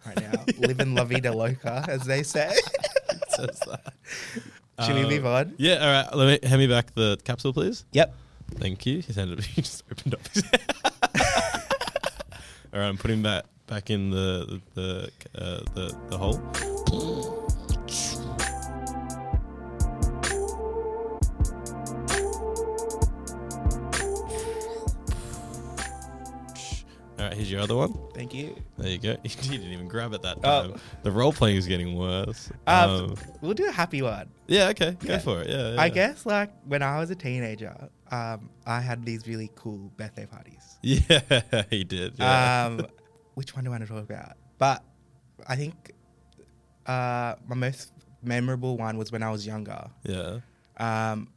Speaker 2: right now. living la vida loca, as they say.
Speaker 1: it says that.
Speaker 2: Should we
Speaker 1: Um,
Speaker 2: move on?
Speaker 1: Yeah, all right. Let me hand me back the capsule, please.
Speaker 2: Yep.
Speaker 1: Thank you. His hand he just opened up. His All right, I'm putting that back in the the uh, the, the hole. All right, here's your other one.
Speaker 2: Thank you.
Speaker 1: There you go. You didn't even grab it that
Speaker 2: Oh.
Speaker 1: time. The role playing is getting worse.
Speaker 2: Um,
Speaker 1: Um,
Speaker 2: we'll do a happy one.
Speaker 1: yeah, okay, go
Speaker 2: yeah.
Speaker 1: for it. Yeah,
Speaker 2: I
Speaker 1: yeah.
Speaker 2: guess, like, when I was a teenager, um, I had these really cool birthday parties.
Speaker 1: Yeah, he did. Yeah.
Speaker 2: Um, which one do I want to talk about? But I think uh, my most memorable one was when I was younger.
Speaker 1: yeah.
Speaker 2: Um,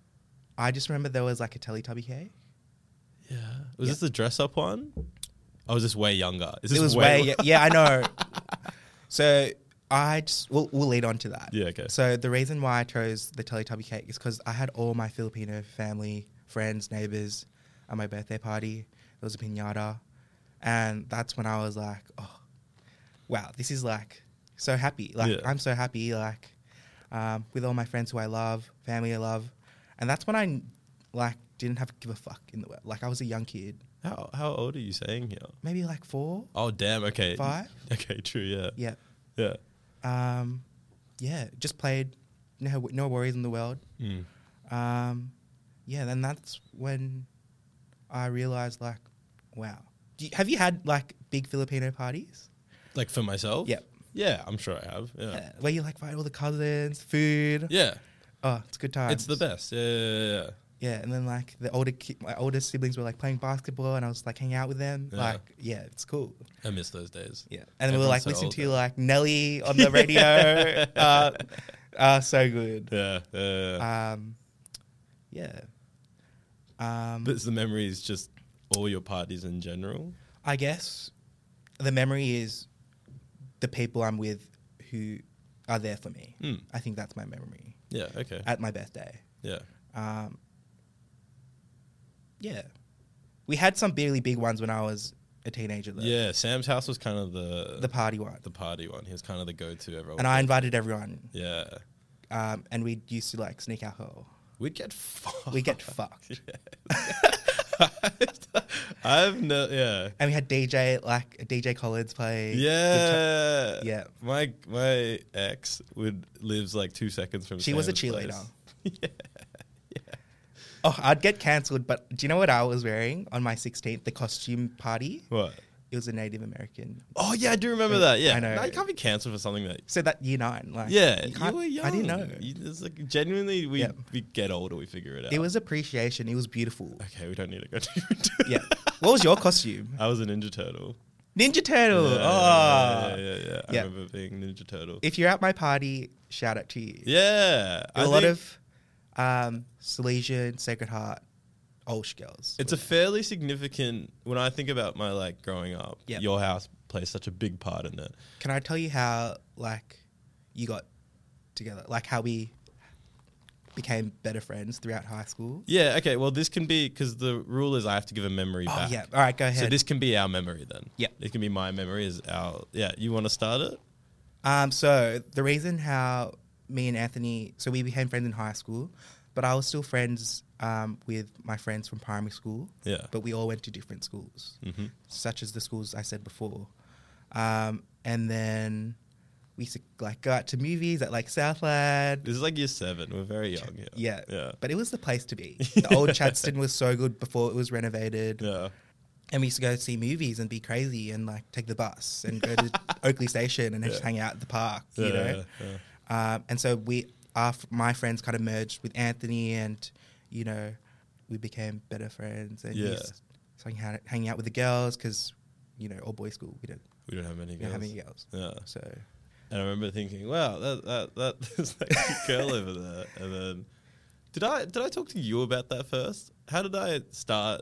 Speaker 2: I just remember there was like a Teletubby cake.
Speaker 1: Yeah. Was this the dress up one? I was just way younger. Is
Speaker 2: It
Speaker 1: this
Speaker 2: was way,
Speaker 1: way,
Speaker 2: yeah, I know. so I just we'll, we'll lead on to that.
Speaker 1: Yeah, okay.
Speaker 2: So the reason why I chose the Teletubby cake is because I had all my Filipino family, friends, neighbors at my birthday party. There was a pinata, and that's when I was like, oh, wow, this is like so happy. Like
Speaker 1: Yeah.
Speaker 2: I'm so happy. Like um, with all my friends who I love, family I love, and that's when I like didn't have give a fuck in the world. Like I was a young kid,
Speaker 1: How how old are you saying here?
Speaker 2: maybe like four.
Speaker 1: Oh damn. Okay.
Speaker 2: Five?
Speaker 1: Okay. True. Yeah. Yeah.
Speaker 2: Yeah. um, yeah, just played no no worries in the world.
Speaker 1: Mm.
Speaker 2: Um, yeah, then that's when I realized like, wow. Do you, have you had like big Filipino parties?
Speaker 1: Like for myself.
Speaker 2: Yep.
Speaker 1: Yeah, I'm sure I have. Yeah. Yeah.
Speaker 2: Uh, where you like find all the cousins, food. Oh, it's good time.
Speaker 1: It's the best. Yeah. Yeah. yeah, yeah.
Speaker 2: Yeah, and then like the older ki- my older siblings were like playing basketball, and I was like hanging out with them.
Speaker 1: Yeah.
Speaker 2: Like, yeah, it's cool.
Speaker 1: I miss those days.
Speaker 2: Yeah, and we were like
Speaker 1: Everyone's so
Speaker 2: listening
Speaker 1: old
Speaker 2: to
Speaker 1: now.
Speaker 2: like Nelly on the radio. uh, uh, so good.
Speaker 1: Yeah. yeah, yeah.
Speaker 2: Um, yeah. Um,
Speaker 1: But the memory is just all your parties in general.
Speaker 2: I guess the memory is the people I'm with who are there for me.
Speaker 1: Hmm.
Speaker 2: I think that's my memory
Speaker 1: Yeah. Okay.
Speaker 2: at my birthday.
Speaker 1: yeah.
Speaker 2: Um, yeah. We had some really big ones when I was a teenager, though.
Speaker 1: Yeah. Sam's house was kind of the
Speaker 2: The
Speaker 1: the,
Speaker 2: party one.
Speaker 1: party one. He was kind of the go-to. Everyone.
Speaker 2: and I invited everyone,
Speaker 1: yeah.
Speaker 2: um, and we used to like sneak alcohol.
Speaker 1: We'd get fucked.
Speaker 2: We get fucked.
Speaker 1: I've no. Yeah.
Speaker 2: And we had DJ, like DJ Collins play.
Speaker 1: Yeah.
Speaker 2: Yeah.
Speaker 1: My my ex would lives like two seconds from.
Speaker 2: She was a
Speaker 1: Sam's place.
Speaker 2: cheerleader.
Speaker 1: yeah.
Speaker 2: Oh, I'd get cancelled, but do you know what I was wearing on my 16th? The costume party.
Speaker 1: What?
Speaker 2: It was a Native American.
Speaker 1: Oh yeah, I do remember
Speaker 2: Uh,
Speaker 1: that. Yeah.
Speaker 2: I know.
Speaker 1: No, you can't be cancelled for something that.
Speaker 2: So that year nine, like
Speaker 1: Yeah,
Speaker 2: you
Speaker 1: you,
Speaker 2: can't-
Speaker 1: were young.
Speaker 2: I didn't know.
Speaker 1: You, it's like genuinely, we,
Speaker 2: Yeah.
Speaker 1: we get older, we figure it out.
Speaker 2: It was appreciation. It was beautiful.
Speaker 1: okay. We don't need to go too into
Speaker 2: yeah. What was your costume?
Speaker 1: I was a Ninja Turtle.
Speaker 2: Ninja Turtle.
Speaker 1: Yeah,
Speaker 2: oh.
Speaker 1: yeah, yeah, yeah.
Speaker 2: Yeah.
Speaker 1: I remember being Ninja Turtle.
Speaker 2: If you're at my party, shout out to you.
Speaker 1: yeah,
Speaker 2: There
Speaker 1: I
Speaker 2: were a lot
Speaker 1: think
Speaker 2: of um, Salesian, Sacred Heart, Olsh girls.
Speaker 1: It's a fairly significant. When I think about my like growing up,
Speaker 2: Yeah.
Speaker 1: your house plays such a big part in it.
Speaker 2: Can I tell you how like you got together? Like how we became better friends throughout high school?
Speaker 1: Yeah. Okay. Well, this can be because the rule is I have to give a memory
Speaker 2: Oh
Speaker 1: back.
Speaker 2: yeah. All right, go ahead.
Speaker 1: So this can be our memory then.
Speaker 2: Yeah.
Speaker 1: It can be my memory is our. Yeah. You want to start it?
Speaker 2: Um, so the reason how me and Anthony, so we became friends in high school, but I was still friends um, with my friends from primary school.
Speaker 1: Yeah.
Speaker 2: But we all went to different schools,
Speaker 1: Mhm.
Speaker 2: such as the schools I said before. Um, and then we used to like go out to movies at like Southland.
Speaker 1: This is like year seven. We're very young. Yeah.
Speaker 2: Yeah.
Speaker 1: Yeah.
Speaker 2: But it was the place to be. The old Chadston was so good before it was renovated.
Speaker 1: Yeah.
Speaker 2: And we used to go see movies and be crazy and like take the bus and go to Oakley Station and just
Speaker 1: Yeah.
Speaker 2: hang out at the park,
Speaker 1: yeah,
Speaker 2: you know?
Speaker 1: yeah, yeah.
Speaker 2: Um, and so we, our, my friends kind of merged with Anthony, and you know, we became better friends. And
Speaker 1: Yeah.
Speaker 2: he's hanging out, hanging out with the girls because you know, all boys school, we don't,
Speaker 1: We don't have many
Speaker 2: we don't
Speaker 1: girls.
Speaker 2: have any girls.
Speaker 1: Yeah.
Speaker 2: So
Speaker 1: And I remember thinking, wow, that that that there's that cute girl over there. And then did I did I talk to you about that first? How did I start?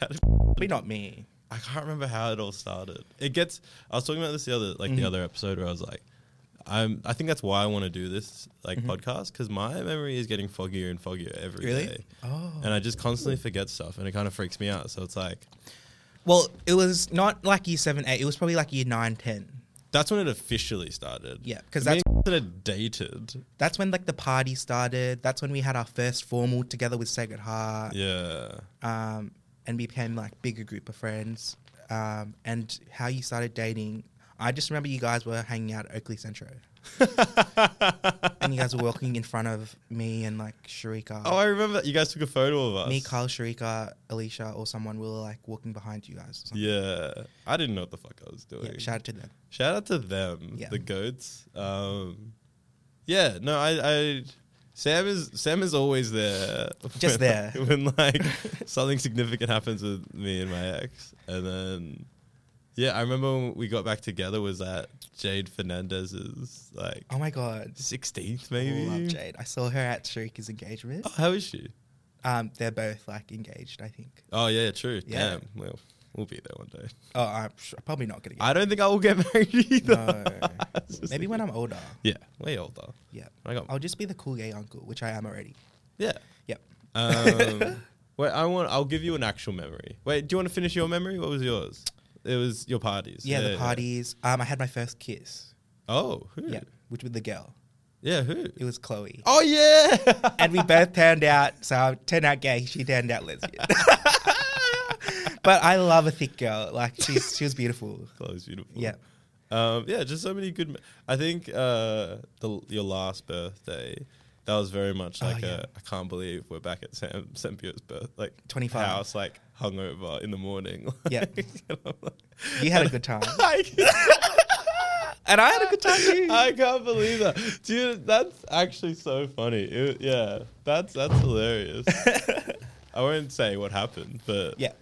Speaker 1: How did,
Speaker 2: probably not me.
Speaker 1: I can't remember how it all started. It gets. I was talking about this the other like
Speaker 2: Mhm.
Speaker 1: the other episode where I was like, I'm. I think that's why I want to do this like
Speaker 2: Mhm.
Speaker 1: podcast because my memory is getting foggier and foggier every day,
Speaker 2: Really? Oh.
Speaker 1: and I just constantly forget stuff, and it kind of freaks me out. So it's like
Speaker 2: well, it was not like year seven, eight. It was probably like year nine, ten.
Speaker 1: that's when it officially started.
Speaker 2: Yeah, 'cause
Speaker 1: Me and that are dated.
Speaker 2: That's when like the party started. That's when we had our first formal together with Sacred Heart.
Speaker 1: Yeah.
Speaker 2: um, and we became like bigger group of friends. Um, and how you started dating, I just remember you guys were hanging out at Oakley Centro, and you guys were walking in front of me and like Sharika,
Speaker 1: Oh, I remember that. You guys took a photo of us.
Speaker 2: me, Kyle, Sharika, Alicia, or someone. We were like walking behind you guys. Or something.
Speaker 1: Yeah. I didn't know what the fuck I was doing.
Speaker 2: Yeah, shout out to them.
Speaker 1: Shout out to them,
Speaker 2: Yeah.
Speaker 1: the goats. Um, yeah, no, I, I Sam is Sam is always there.
Speaker 2: Just
Speaker 1: when-
Speaker 2: there.
Speaker 1: when like something significant happens with me and my ex. And then yeah, I remember when we got back together was at Jade Fernandez's like
Speaker 2: Oh my god,
Speaker 1: sixteenth
Speaker 2: love
Speaker 1: maybe.
Speaker 2: Jade. I saw her at Sharika's engagement.
Speaker 1: Oh, how is she?
Speaker 2: Um, they're both like engaged, I think.
Speaker 1: Oh yeah, true.
Speaker 2: Yeah.
Speaker 1: Damn. Well We'll be there one day.
Speaker 2: Oh, I'm sh- probably not gonna get.
Speaker 1: I don't think I will get married either.
Speaker 2: No.
Speaker 1: It's just
Speaker 2: Maybe
Speaker 1: like-
Speaker 2: when I'm older.
Speaker 1: yeah, way older.
Speaker 2: Yeah.
Speaker 1: I got
Speaker 2: I'll just be the cool gay uncle, which I am already.
Speaker 1: yeah.
Speaker 2: Yep.
Speaker 1: Um, wait, I want. I'll give you an actual memory. Wait, do you want to finish your memory? What was yours? It was your parties.
Speaker 2: Yeah, the parties. Um, I had my first kiss.
Speaker 1: Oh, who?
Speaker 2: Yeah, which was the girl.
Speaker 1: Yeah, who?
Speaker 2: It was Chloe.
Speaker 1: Oh yeah.
Speaker 2: and we both turned out. So I turned out gay. She turned out lesbian. but I love a thick girl. Like she's she was beautiful.
Speaker 1: Chloe's beautiful.
Speaker 2: Yeah.
Speaker 1: Um, yeah, just so many good. Me- I think uh, the your last birthday, that was very much
Speaker 2: Oh,
Speaker 1: like
Speaker 2: yeah.
Speaker 1: a, I can't believe we're back at Sam Sempio's birth like
Speaker 2: 25.
Speaker 1: house like hungover in the morning.
Speaker 2: Yeah.
Speaker 1: and I'm like-
Speaker 2: You had a good time,
Speaker 1: I,
Speaker 2: and I had a good time too.
Speaker 1: I can't believe that, dude. That's actually so funny. It- yeah, that's that's hilarious. I won't say what happened, but
Speaker 2: yeah,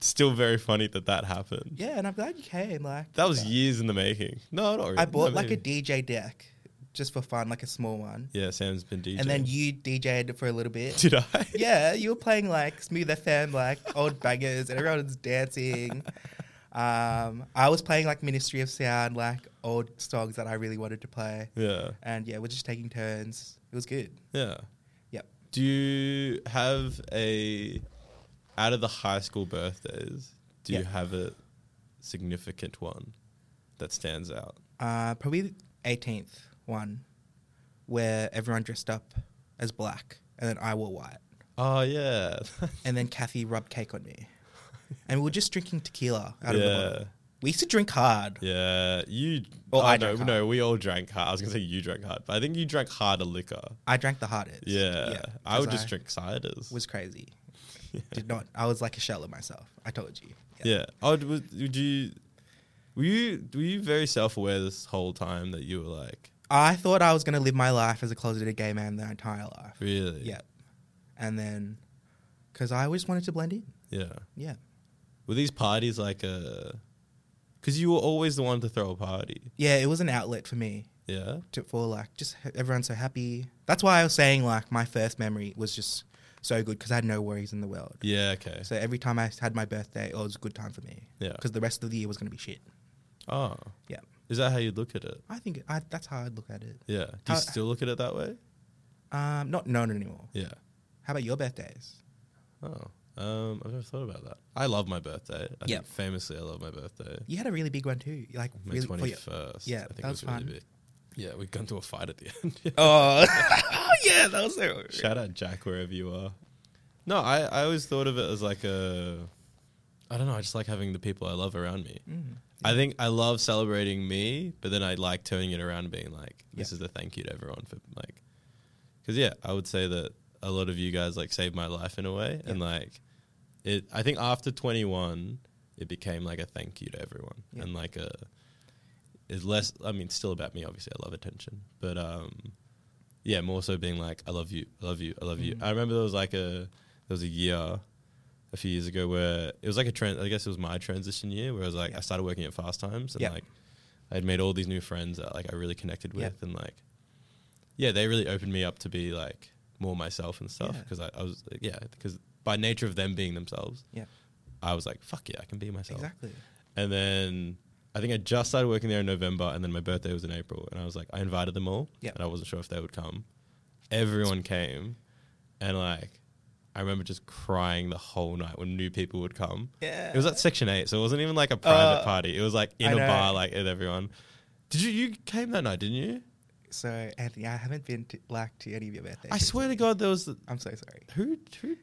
Speaker 1: still very funny that that happened.
Speaker 2: yeah, and I'm glad you came. Like
Speaker 1: That was years in the making. No, not really.
Speaker 2: I bought like a
Speaker 1: D-
Speaker 2: DJ deck just for fun, like a small one,
Speaker 1: yeah. Sam's been DJing.
Speaker 2: and then you DJ'd it for a little bit.
Speaker 1: did I?
Speaker 2: yeah, you were playing like Smooth FM, like old bangers, and everyone was dancing. Um, I was playing like Ministry of Sound, like old songs that I really wanted to play.
Speaker 1: Yeah.
Speaker 2: And yeah, we're just taking turns. It was good.
Speaker 1: Yeah.
Speaker 2: Yep.
Speaker 1: Do you have a out of the high school birthdays? Do you
Speaker 2: Yeah.
Speaker 1: have a significant one that stands out?
Speaker 2: Uh, probably the 18th one, where everyone dressed up as black, and then I wore white.
Speaker 1: Oh yeah.
Speaker 2: And then Kathy rubbed cake on me. And we were just drinking tequila out of the
Speaker 1: yeah.
Speaker 2: bottle. We used to drink hard.
Speaker 1: Yeah. You.
Speaker 2: Well,
Speaker 1: oh,
Speaker 2: I
Speaker 1: no,
Speaker 2: drank hard.
Speaker 1: no. We all drank hard. I was gonna say you drank hard, but I think you drank harder liquor.
Speaker 2: I drank the hardest.
Speaker 1: Yeah. I would
Speaker 2: 'cause
Speaker 1: just drink ciders.
Speaker 2: was crazy. Did not. I was like a shell of myself. I told you.
Speaker 1: Yeah. Oh, d- was, did you? Were you were you very self aware this whole time that you were like
Speaker 2: I thought I was going to live my life as a closeted gay man the entire life.
Speaker 1: really?
Speaker 2: Yep. And then, because I always wanted to blend in.
Speaker 1: Yeah.
Speaker 2: Yeah.
Speaker 1: Were these parties like a? Because you were always the one to throw a party.
Speaker 2: Yeah, it was an outlet for me
Speaker 1: Yeah.
Speaker 2: to, for like just h- everyone's so happy. That's why I was saying like my first memory was just so good because I had no worries in the world.
Speaker 1: Yeah. Okay.
Speaker 2: So every time I had my birthday, it was a good time for me.
Speaker 1: Yeah.
Speaker 2: Because the rest of the year was going to be shit.
Speaker 1: Oh.
Speaker 2: Yeah.
Speaker 1: Is that how you look at it?
Speaker 2: I think I, that's how I'd look at it.
Speaker 1: Yeah. Do you
Speaker 2: Uh,
Speaker 1: still look at it that way?
Speaker 2: Um, not known anymore.
Speaker 1: Yeah.
Speaker 2: How about your birthdays?
Speaker 1: Oh. Um, I've never thought about that. I love my birthday. I
Speaker 2: Yeah.
Speaker 1: think famously, I love my birthday.
Speaker 2: You had a really big one too. Like
Speaker 1: My
Speaker 2: really, for
Speaker 1: twenty
Speaker 2: your-
Speaker 1: first.
Speaker 2: oh, yeah,
Speaker 1: I think
Speaker 2: that
Speaker 1: it
Speaker 2: was
Speaker 1: was really
Speaker 2: fun.
Speaker 1: big. Yeah, we got into a fight at the end.
Speaker 2: Oh, yeah, that was so.
Speaker 1: Shout out Jack wherever you are. No, I, I always thought of it as like a I don't know, I just like having the people I love around me.
Speaker 2: Mm.
Speaker 1: I think I love celebrating me, but then I like turning it around and being like, this is the thank you to everyone for like cuz yeah, I would say that a lot of you guys like saved my life in a way and like it I think after 21 it became like a thank you to everyone
Speaker 2: Yeah.
Speaker 1: and like a is less I mean it's still about me obviously I love attention but um yeah, more so being like, I love you, I love you, I love you. I remember there was like a there was a year a few years ago where it was like a trend. I guess it was my transition year where I was like,
Speaker 2: Yeah.
Speaker 1: I started working at Fast Times and
Speaker 2: Yeah.
Speaker 1: like I had made all these new friends that like I really connected with
Speaker 2: Yeah.
Speaker 1: and like yeah, they really opened me up to be like more myself and stuff
Speaker 2: Yeah.
Speaker 1: because I, I was like, yeah because by nature of them being themselves,
Speaker 2: Yeah.
Speaker 1: I was like, fuck yeah, I can be myself.
Speaker 2: Exactly.
Speaker 1: And then I think I just started working there in November, and then my birthday was in April, and I was like, I invited them all,
Speaker 2: Yeah.
Speaker 1: and I wasn't sure if they would come. Everyone came, and like, I remember just crying the whole night when new people would come.
Speaker 2: Yeah.
Speaker 1: It was at Section Eight, so it wasn't even like a private
Speaker 2: Uh,
Speaker 1: party. It was like in
Speaker 2: I
Speaker 1: a
Speaker 2: know.
Speaker 1: bar, like with everyone. Did you you came that night? Didn't you?
Speaker 2: So Anthony, I haven't been to, like to any of your birthdays.
Speaker 1: I swear to God, there was
Speaker 2: I'm so sorry.
Speaker 1: who who.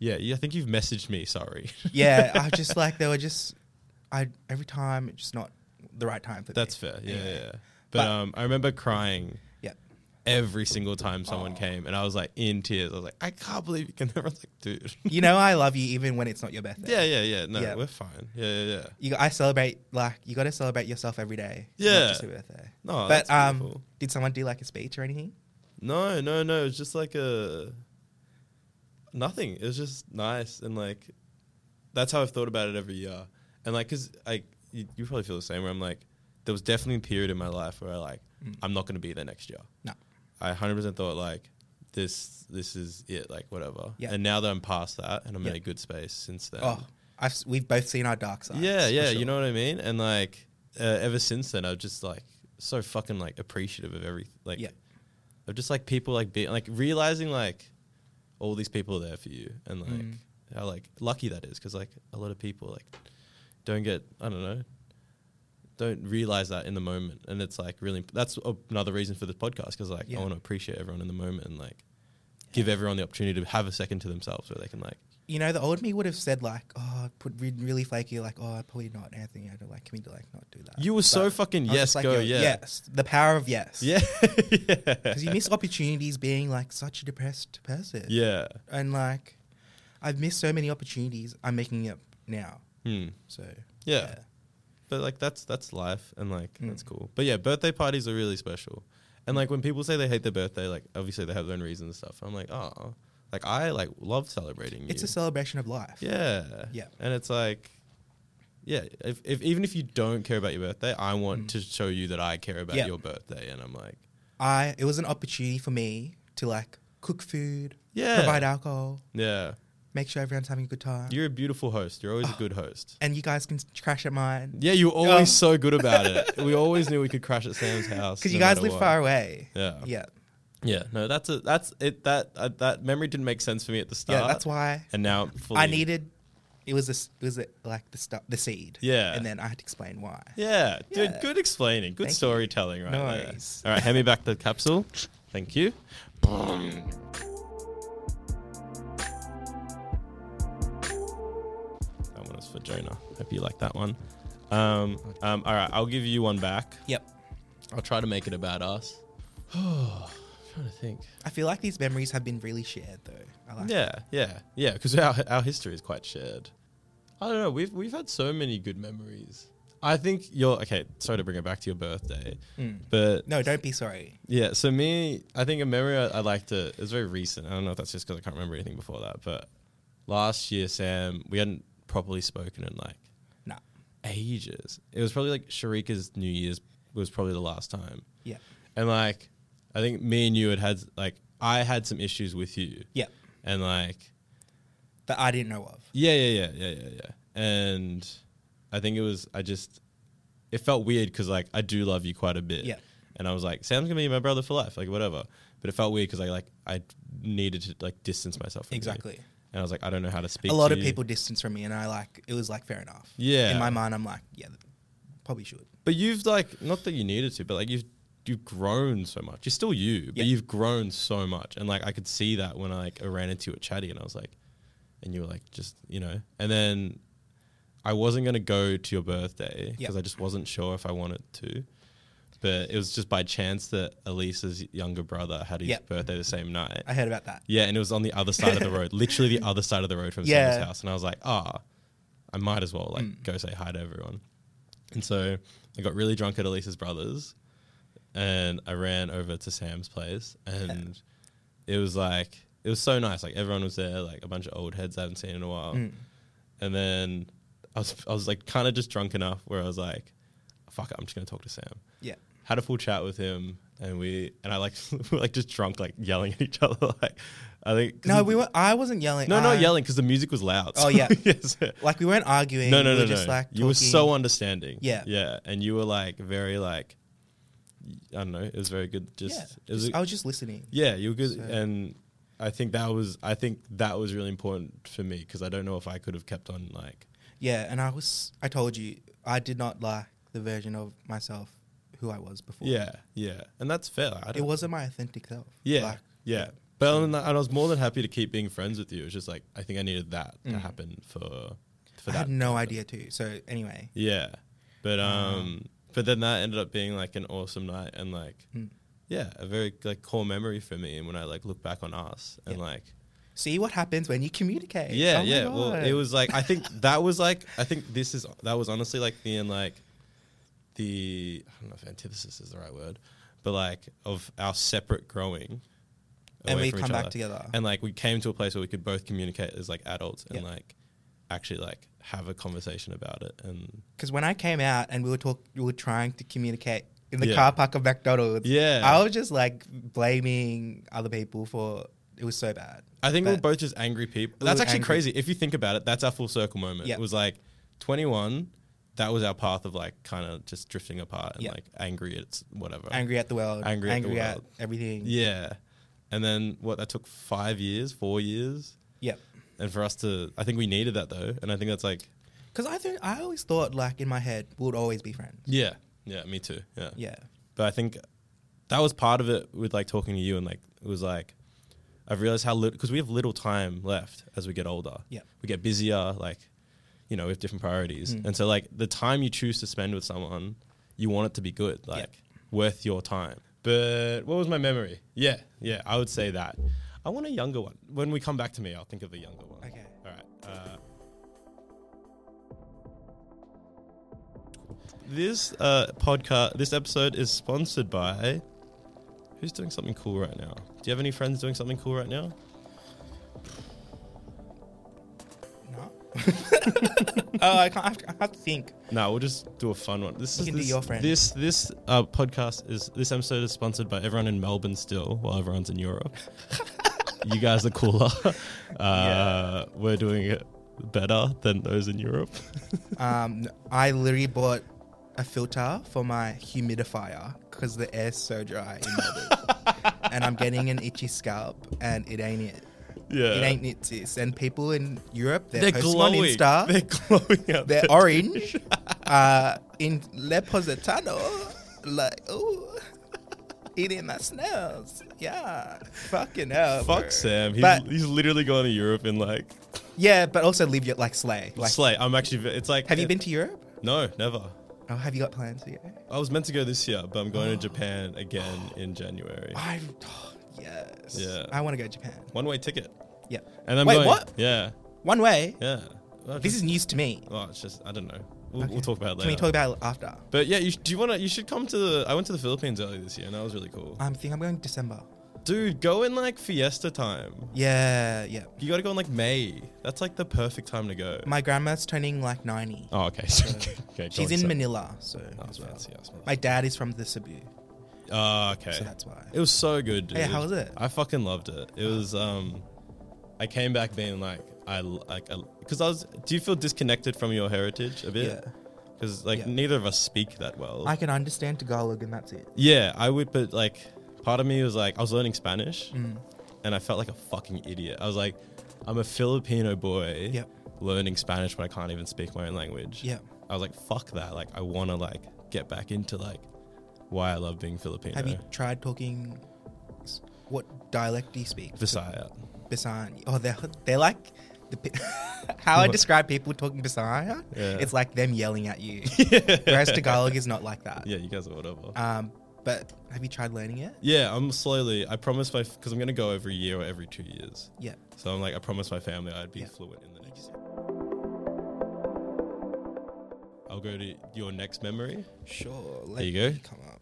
Speaker 1: Yeah, you- I think you've messaged me. Sorry.
Speaker 2: Yeah, I just like they were just, I every time it's just not the right time for
Speaker 1: That's
Speaker 2: me.
Speaker 1: fair. Yeah,
Speaker 2: Anyway.
Speaker 1: yeah. But,
Speaker 2: But-
Speaker 1: um, I remember crying.
Speaker 2: Yeah.
Speaker 1: Every single time someone
Speaker 2: Aw.
Speaker 1: came, and I was like in tears. I was like, I can't believe you can. Everyone's like, dude.
Speaker 2: You know I love you even when it's not your birthday.
Speaker 1: yeah, yeah, yeah. No,
Speaker 2: Yeah.
Speaker 1: we're fine. Yeah, yeah, yeah.
Speaker 2: You, I celebrate like you got to celebrate yourself every day.
Speaker 1: Yeah.
Speaker 2: Not just your birthday.
Speaker 1: No,
Speaker 2: but
Speaker 1: that's
Speaker 2: um,
Speaker 1: beautiful.
Speaker 2: did someone do like a speech or anything?
Speaker 1: no, no, no. It was just like a nothing. It was just nice, and like that's how I've thought about it every year. And like, cause I you, you probably feel the same. Where I'm like, there was definitely a period in my life where I like,
Speaker 2: Mm.
Speaker 1: I'm not going to be there next year.
Speaker 2: No.
Speaker 1: I 100% thought like this this is it like whatever
Speaker 2: Yeah.
Speaker 1: and now that I'm past that and I'm in
Speaker 2: Yeah.
Speaker 1: a good space since then
Speaker 2: Oh. I've, s- we've both seen our dark sides.
Speaker 1: yeah,
Speaker 2: for
Speaker 1: yeah.
Speaker 2: sure.
Speaker 1: You know what I mean? And like, uh, ever since then, I've just like so fucking like appreciative of everything. Like,
Speaker 2: Yeah.
Speaker 1: of just like people like being like realizing like all these people are there for you and like
Speaker 2: Mm.
Speaker 1: how like lucky that is because like a lot of people like don't get I don't know don't realize that in the moment and it's like really imp- that's a- another reason for this podcast because like
Speaker 2: Yeah.
Speaker 1: I want to appreciate everyone in the moment and like give everyone the opportunity to have a second to themselves where they can like
Speaker 2: You know, the old me would have said like, "Oh, put re- really flaky." Like, "Oh, probably not, Anthony." I don't like. Can we like not do that?
Speaker 1: you were so
Speaker 2: But
Speaker 1: fucking
Speaker 2: I was
Speaker 1: yes
Speaker 2: just like,
Speaker 1: go
Speaker 2: yo,
Speaker 1: yeah
Speaker 2: Yes, the power of yes.
Speaker 1: yeah
Speaker 2: because you miss opportunities being like such a depressed person.
Speaker 1: yeah
Speaker 2: and like I've missed so many opportunities. I'm making up now.
Speaker 1: hmm.
Speaker 2: So
Speaker 1: yeah. but like that's that's life and like that's
Speaker 2: Mm.
Speaker 1: cool but yeah birthday parties are really special and like when people say they hate their birthday like obviously they have their own reasons and stuff i'm like oh like i like love celebrating you.
Speaker 2: it's a celebration of life.
Speaker 1: yeah
Speaker 2: Yeah.
Speaker 1: and it's like yeah if, if even if you don't care about your birthday i want
Speaker 2: Mm.
Speaker 1: to show you that i care about
Speaker 2: Yeah.
Speaker 1: your birthday and i'm like
Speaker 2: I it was an opportunity for me to like cook food,
Speaker 1: yeah
Speaker 2: provide alcohol,
Speaker 1: yeah
Speaker 2: make sure everyone's having a good time,
Speaker 1: you're a beautiful host you're always a good host
Speaker 2: and you guys can crash at mine
Speaker 1: yeah you're always
Speaker 2: Oh.
Speaker 1: so good about it we always knew we could crash at sam's house
Speaker 2: because
Speaker 1: no
Speaker 2: you guys
Speaker 1: matter
Speaker 2: live
Speaker 1: what.
Speaker 2: far away.
Speaker 1: yeah Uh,
Speaker 2: Yeah,
Speaker 1: Yeah, no, that's a that's it. That uh, that memory didn't make sense for me at the start.
Speaker 2: yeah. That's why
Speaker 1: And now it
Speaker 2: I
Speaker 1: fully-
Speaker 2: needed. It was this. It was like the stu- the seed.
Speaker 1: Yeah.
Speaker 2: and then I had to explain why.
Speaker 1: Yeah, dude,
Speaker 2: Yeah.
Speaker 1: good explaining, good
Speaker 2: Thank you.
Speaker 1: storytelling, right
Speaker 2: No
Speaker 1: there.
Speaker 2: worries.
Speaker 1: All right, hand me back the capsule. Thank you. That one was for Jonah. Hope you like that one. Um, um, all right, I'll give you one back.
Speaker 2: Yep.
Speaker 1: I'll try to make it about us. Oh, trying to think.
Speaker 2: I feel like these memories have been really shared though. I like
Speaker 1: Yeah, yeah, yeah. Because our our history is quite shared. I don't know. We've we've had so many good memories. I think you're okay. Sorry to bring it back to your birthday,
Speaker 2: Mm.
Speaker 1: but
Speaker 2: No, don't be sorry.
Speaker 1: yeah. So me, I think a memory I, I like to. It's very recent. I don't know if that's just because I can't remember anything before that. But last year, Sam, we hadn't properly spoken in like
Speaker 2: Nah.
Speaker 1: ages. It was probably like Sharika's New Year's was probably the last time,
Speaker 2: Yeah.
Speaker 1: and like I think me and you had had like I had some issues with you,
Speaker 2: Yeah.
Speaker 1: and like
Speaker 2: That I didn't know of.
Speaker 1: Yeah, yeah, yeah, yeah, yeah, yeah. And I think it was I just it felt weird because like I do love you quite a bit.
Speaker 2: Yeah.
Speaker 1: And I was like, Sam's gonna be my brother for life, like whatever. But it felt weird because I like I needed to like distance myself. From you.
Speaker 2: Exactly.
Speaker 1: And I was like, I don't know how to speak.
Speaker 2: A lot
Speaker 1: to
Speaker 2: of
Speaker 1: you.
Speaker 2: people distance from me, and I like it was like fair enough.
Speaker 1: Yeah.
Speaker 2: In my mind, I'm like, yeah, th- probably should.
Speaker 1: But you've like not that you needed to, but like you've you've grown so much. You're still you,
Speaker 2: Yeah.
Speaker 1: but you've grown so much. And like I could see that when I like I ran into you at Chatty and I was like and you were like just you know and then I wasn't gonna go to your birthday
Speaker 2: Yeah.
Speaker 1: because I just wasn't sure if I wanted to. But it was just by chance that Elisa's younger brother had his
Speaker 2: Yeah.
Speaker 1: birthday the same night.
Speaker 2: I heard about that.
Speaker 1: Yeah, and it was on the other side of the road, literally the other side of the road from
Speaker 2: Yeah.
Speaker 1: Sam's house. And I was like, ah, I might as well like go say hi to everyone. And so I got really drunk at Elisa's brother's, and I ran over to Sam's place, and it was like it was so nice. Like everyone was there, like a bunch of old heads I haven't seen in a while.
Speaker 2: Mm.
Speaker 1: And then I was I was like kind of just drunk enough where I was like, fuck it, I'm just gonna talk to Sam
Speaker 2: Yeah.
Speaker 1: had a full chat with him and we and I like we were like just drunk like yelling at each other like I think 'cause
Speaker 2: No,
Speaker 1: the-
Speaker 2: we were. I wasn't yelling.
Speaker 1: no
Speaker 2: I,
Speaker 1: not yelling because the music was loud
Speaker 2: Oh, yeah.
Speaker 1: yes. no
Speaker 2: Like we weren't arguing.
Speaker 1: no
Speaker 2: we
Speaker 1: no
Speaker 2: were
Speaker 1: no
Speaker 2: Just like
Speaker 1: you were
Speaker 2: talking.
Speaker 1: so understanding
Speaker 2: Yeah.
Speaker 1: yeah and you were like very like I don't know it was very good
Speaker 2: Yeah,
Speaker 1: just it was
Speaker 2: just-
Speaker 1: a-
Speaker 2: I was just listening.
Speaker 1: yeah, you were good,
Speaker 2: So-
Speaker 1: and I think that was I think that was really important for me because I don't know if I could have kept on like
Speaker 2: Yeah, and I was. I told you, I did not like the version of myself who I was before.
Speaker 1: yeah yeah and that's fair I
Speaker 2: It
Speaker 1: don't,
Speaker 2: wasn't my authentic self.
Speaker 1: Yeah,
Speaker 2: Like,
Speaker 1: yeah. But other than that, and I was more than happy to keep being friends with you. It's just like I think I needed that to happen for for
Speaker 2: Mm. I
Speaker 1: that.
Speaker 2: had no
Speaker 1: to happen.
Speaker 2: idea too. So anyway,
Speaker 1: Yeah, but um, but then that ended up being like an awesome night and like
Speaker 2: Mm.
Speaker 1: yeah, a very like core memory for me. And when I like look back on us and
Speaker 2: Yeah.
Speaker 1: like
Speaker 2: see what happens when you communicate.
Speaker 1: yeah,
Speaker 2: Oh my
Speaker 1: yeah. Well,
Speaker 2: God.
Speaker 1: it was like I think that was like I think this is that was honestly like the and like the I don't know if antithesis is the right word, but like of our separate growing.
Speaker 2: and
Speaker 1: away
Speaker 2: we
Speaker 1: from
Speaker 2: come
Speaker 1: each
Speaker 2: back
Speaker 1: other
Speaker 2: together.
Speaker 1: and like we came to a place where we could both communicate as like adults and
Speaker 2: Yeah.
Speaker 1: like actually like have a conversation about it and
Speaker 2: Because when I came out and we were talk, we were trying to communicate in the
Speaker 1: Yeah.
Speaker 2: car park of McDonald's.
Speaker 1: Yeah.
Speaker 2: I was just like blaming other people for It was so bad.
Speaker 1: I think we we're
Speaker 2: But-
Speaker 1: both just angry people.
Speaker 2: We
Speaker 1: that's
Speaker 2: were
Speaker 1: actually
Speaker 2: angry.
Speaker 1: crazy. If you think about it, that's our full circle moment.
Speaker 2: Yep.
Speaker 1: It was like 21. That was our path of like kind of just drifting apart and
Speaker 2: Yep.
Speaker 1: like angry at whatever.
Speaker 2: angry at the world,
Speaker 1: Angry
Speaker 2: angry,
Speaker 1: at the
Speaker 2: at,
Speaker 1: world.
Speaker 2: everything.
Speaker 1: Yeah. And then what? That took five years, four years.
Speaker 2: Yep.
Speaker 1: And for us to, I think we needed that though. And I think that's like,
Speaker 2: Because I think I always thought like in my head we'd always be friends.
Speaker 1: yeah, yeah, me too. Yeah.
Speaker 2: Yeah.
Speaker 1: But I think that was part of it with like talking to you and like, it was like, I've realized how little, because we have little time left as we get older.
Speaker 2: Yeah.
Speaker 1: We get busier, like, you know, we have different priorities.
Speaker 2: Mm.
Speaker 1: And so, like, the time you choose to spend with someone, you want it to be good, like, worth your time. But what was my memory? Yeah, yeah, I would say that. I want a younger one. When we come back to me, I'll think of the younger one.
Speaker 2: Okay.
Speaker 1: All right. Uh, this uh, podcast, this episode is sponsored by. Who's doing something cool right now? Do you have any friends doing something cool right now?
Speaker 2: No. oh, I can't. I have to, I have to think.
Speaker 1: No, we'll just do a fun one. This
Speaker 2: You
Speaker 1: is
Speaker 2: can do
Speaker 1: this,
Speaker 2: your friend.
Speaker 1: This this uh, podcast is this episode is sponsored by everyone in Melbourne still, while everyone's in Europe. you guys are cooler. Uh, We're doing it better than those in Europe.
Speaker 2: Um, I literally bought a filter for my humidifier because the air's so dry in Melbourne, and I'm getting an itchy scalp, and it ain't it.
Speaker 1: yeah,
Speaker 2: It ain't it, sis. And people in Europe, they're,
Speaker 1: They're
Speaker 2: posting
Speaker 1: glowing.
Speaker 2: on Insta.
Speaker 1: They're glowing out
Speaker 2: they're
Speaker 1: there.
Speaker 2: orange. uh, in Le Positano, like, ooh, eating that smells. Yeah, fucking hell. bro.
Speaker 1: Fuck Sam. He's,
Speaker 2: But-
Speaker 1: he's literally going to Europe and like,
Speaker 2: Yeah, but also leave your like slay. Like,
Speaker 1: slay. I'm actually. ve- It's like. eh,
Speaker 2: have you been to Europe?
Speaker 1: No, never.
Speaker 2: Oh, have you got plans to go?
Speaker 1: I was meant to go this year, but I'm going to Japan again in January.
Speaker 2: I, oh, yes.
Speaker 1: Yeah.
Speaker 2: I want to go to Japan.
Speaker 1: One way ticket.
Speaker 2: Yeah.
Speaker 1: And I'm
Speaker 2: Wait,
Speaker 1: going.
Speaker 2: what?
Speaker 1: Yeah,
Speaker 2: One way.
Speaker 1: yeah. Well,
Speaker 2: This
Speaker 1: just-
Speaker 2: is news to me.
Speaker 1: Well, it's just I don't know. We'll,
Speaker 2: Okay.
Speaker 1: we'll talk about it
Speaker 2: Can
Speaker 1: later.
Speaker 2: we talk about it after?
Speaker 1: but yeah, you sh- do you want to? You should come to the. I went to the Philippines earlier this year, and that was really cool.
Speaker 2: I am think I'm going December.
Speaker 1: Dude, go in like Fiesta time.
Speaker 2: Yeah, yeah.
Speaker 1: You got to go in like May. That's like the perfect time to go.
Speaker 2: My grandma's turning like 90.
Speaker 1: oh, okay. So, okay go
Speaker 2: She's
Speaker 1: on,
Speaker 2: in
Speaker 1: so-
Speaker 2: Manila, so
Speaker 1: Oh,
Speaker 2: as well.
Speaker 1: fancy ass
Speaker 2: My dad is from the Cebu,
Speaker 1: motherfucker. Oh, okay.
Speaker 2: so that's why.
Speaker 1: It was so good, dude.
Speaker 2: Hey, how was it?
Speaker 1: I fucking loved it. It was um I came back being like I like cuz I was do you feel disconnected from your heritage a bit?
Speaker 2: Yeah.
Speaker 1: Cuz like
Speaker 2: Yeah.
Speaker 1: neither of us speak that well.
Speaker 2: I can understand Tagalog, and that's it.
Speaker 1: yeah, I would but like part of me was like I was learning Spanish
Speaker 2: Mm.
Speaker 1: and I felt like a fucking idiot. I was like I'm a Filipino boy
Speaker 2: Yep.
Speaker 1: learning Spanish when I can't even speak my own language.
Speaker 2: Yep.
Speaker 1: I was like fuck that. Like I want to like get back into like why I love being Filipino.
Speaker 2: Have you tried talking? s- What dialect do you speak?
Speaker 1: Visaya.
Speaker 2: Bisan. Oh, they're they're like the, pe- how I
Speaker 1: What?
Speaker 2: describe people talking Bisan.
Speaker 1: Yeah.
Speaker 2: It's like them yelling at you. Whereas Tagalog is not like that.
Speaker 1: Yeah, you guys are whatever.
Speaker 2: Um, but have you tried learning it?
Speaker 1: Yeah, I'm slowly. I promised my because I'm gonna go every year or every two years.
Speaker 2: Yeah.
Speaker 1: So I'm like, I promised my family I'd be
Speaker 2: Yeah.
Speaker 1: fluent in the next. I'll go to your next memory.
Speaker 2: Sure. Let
Speaker 1: you go.
Speaker 2: me Come up.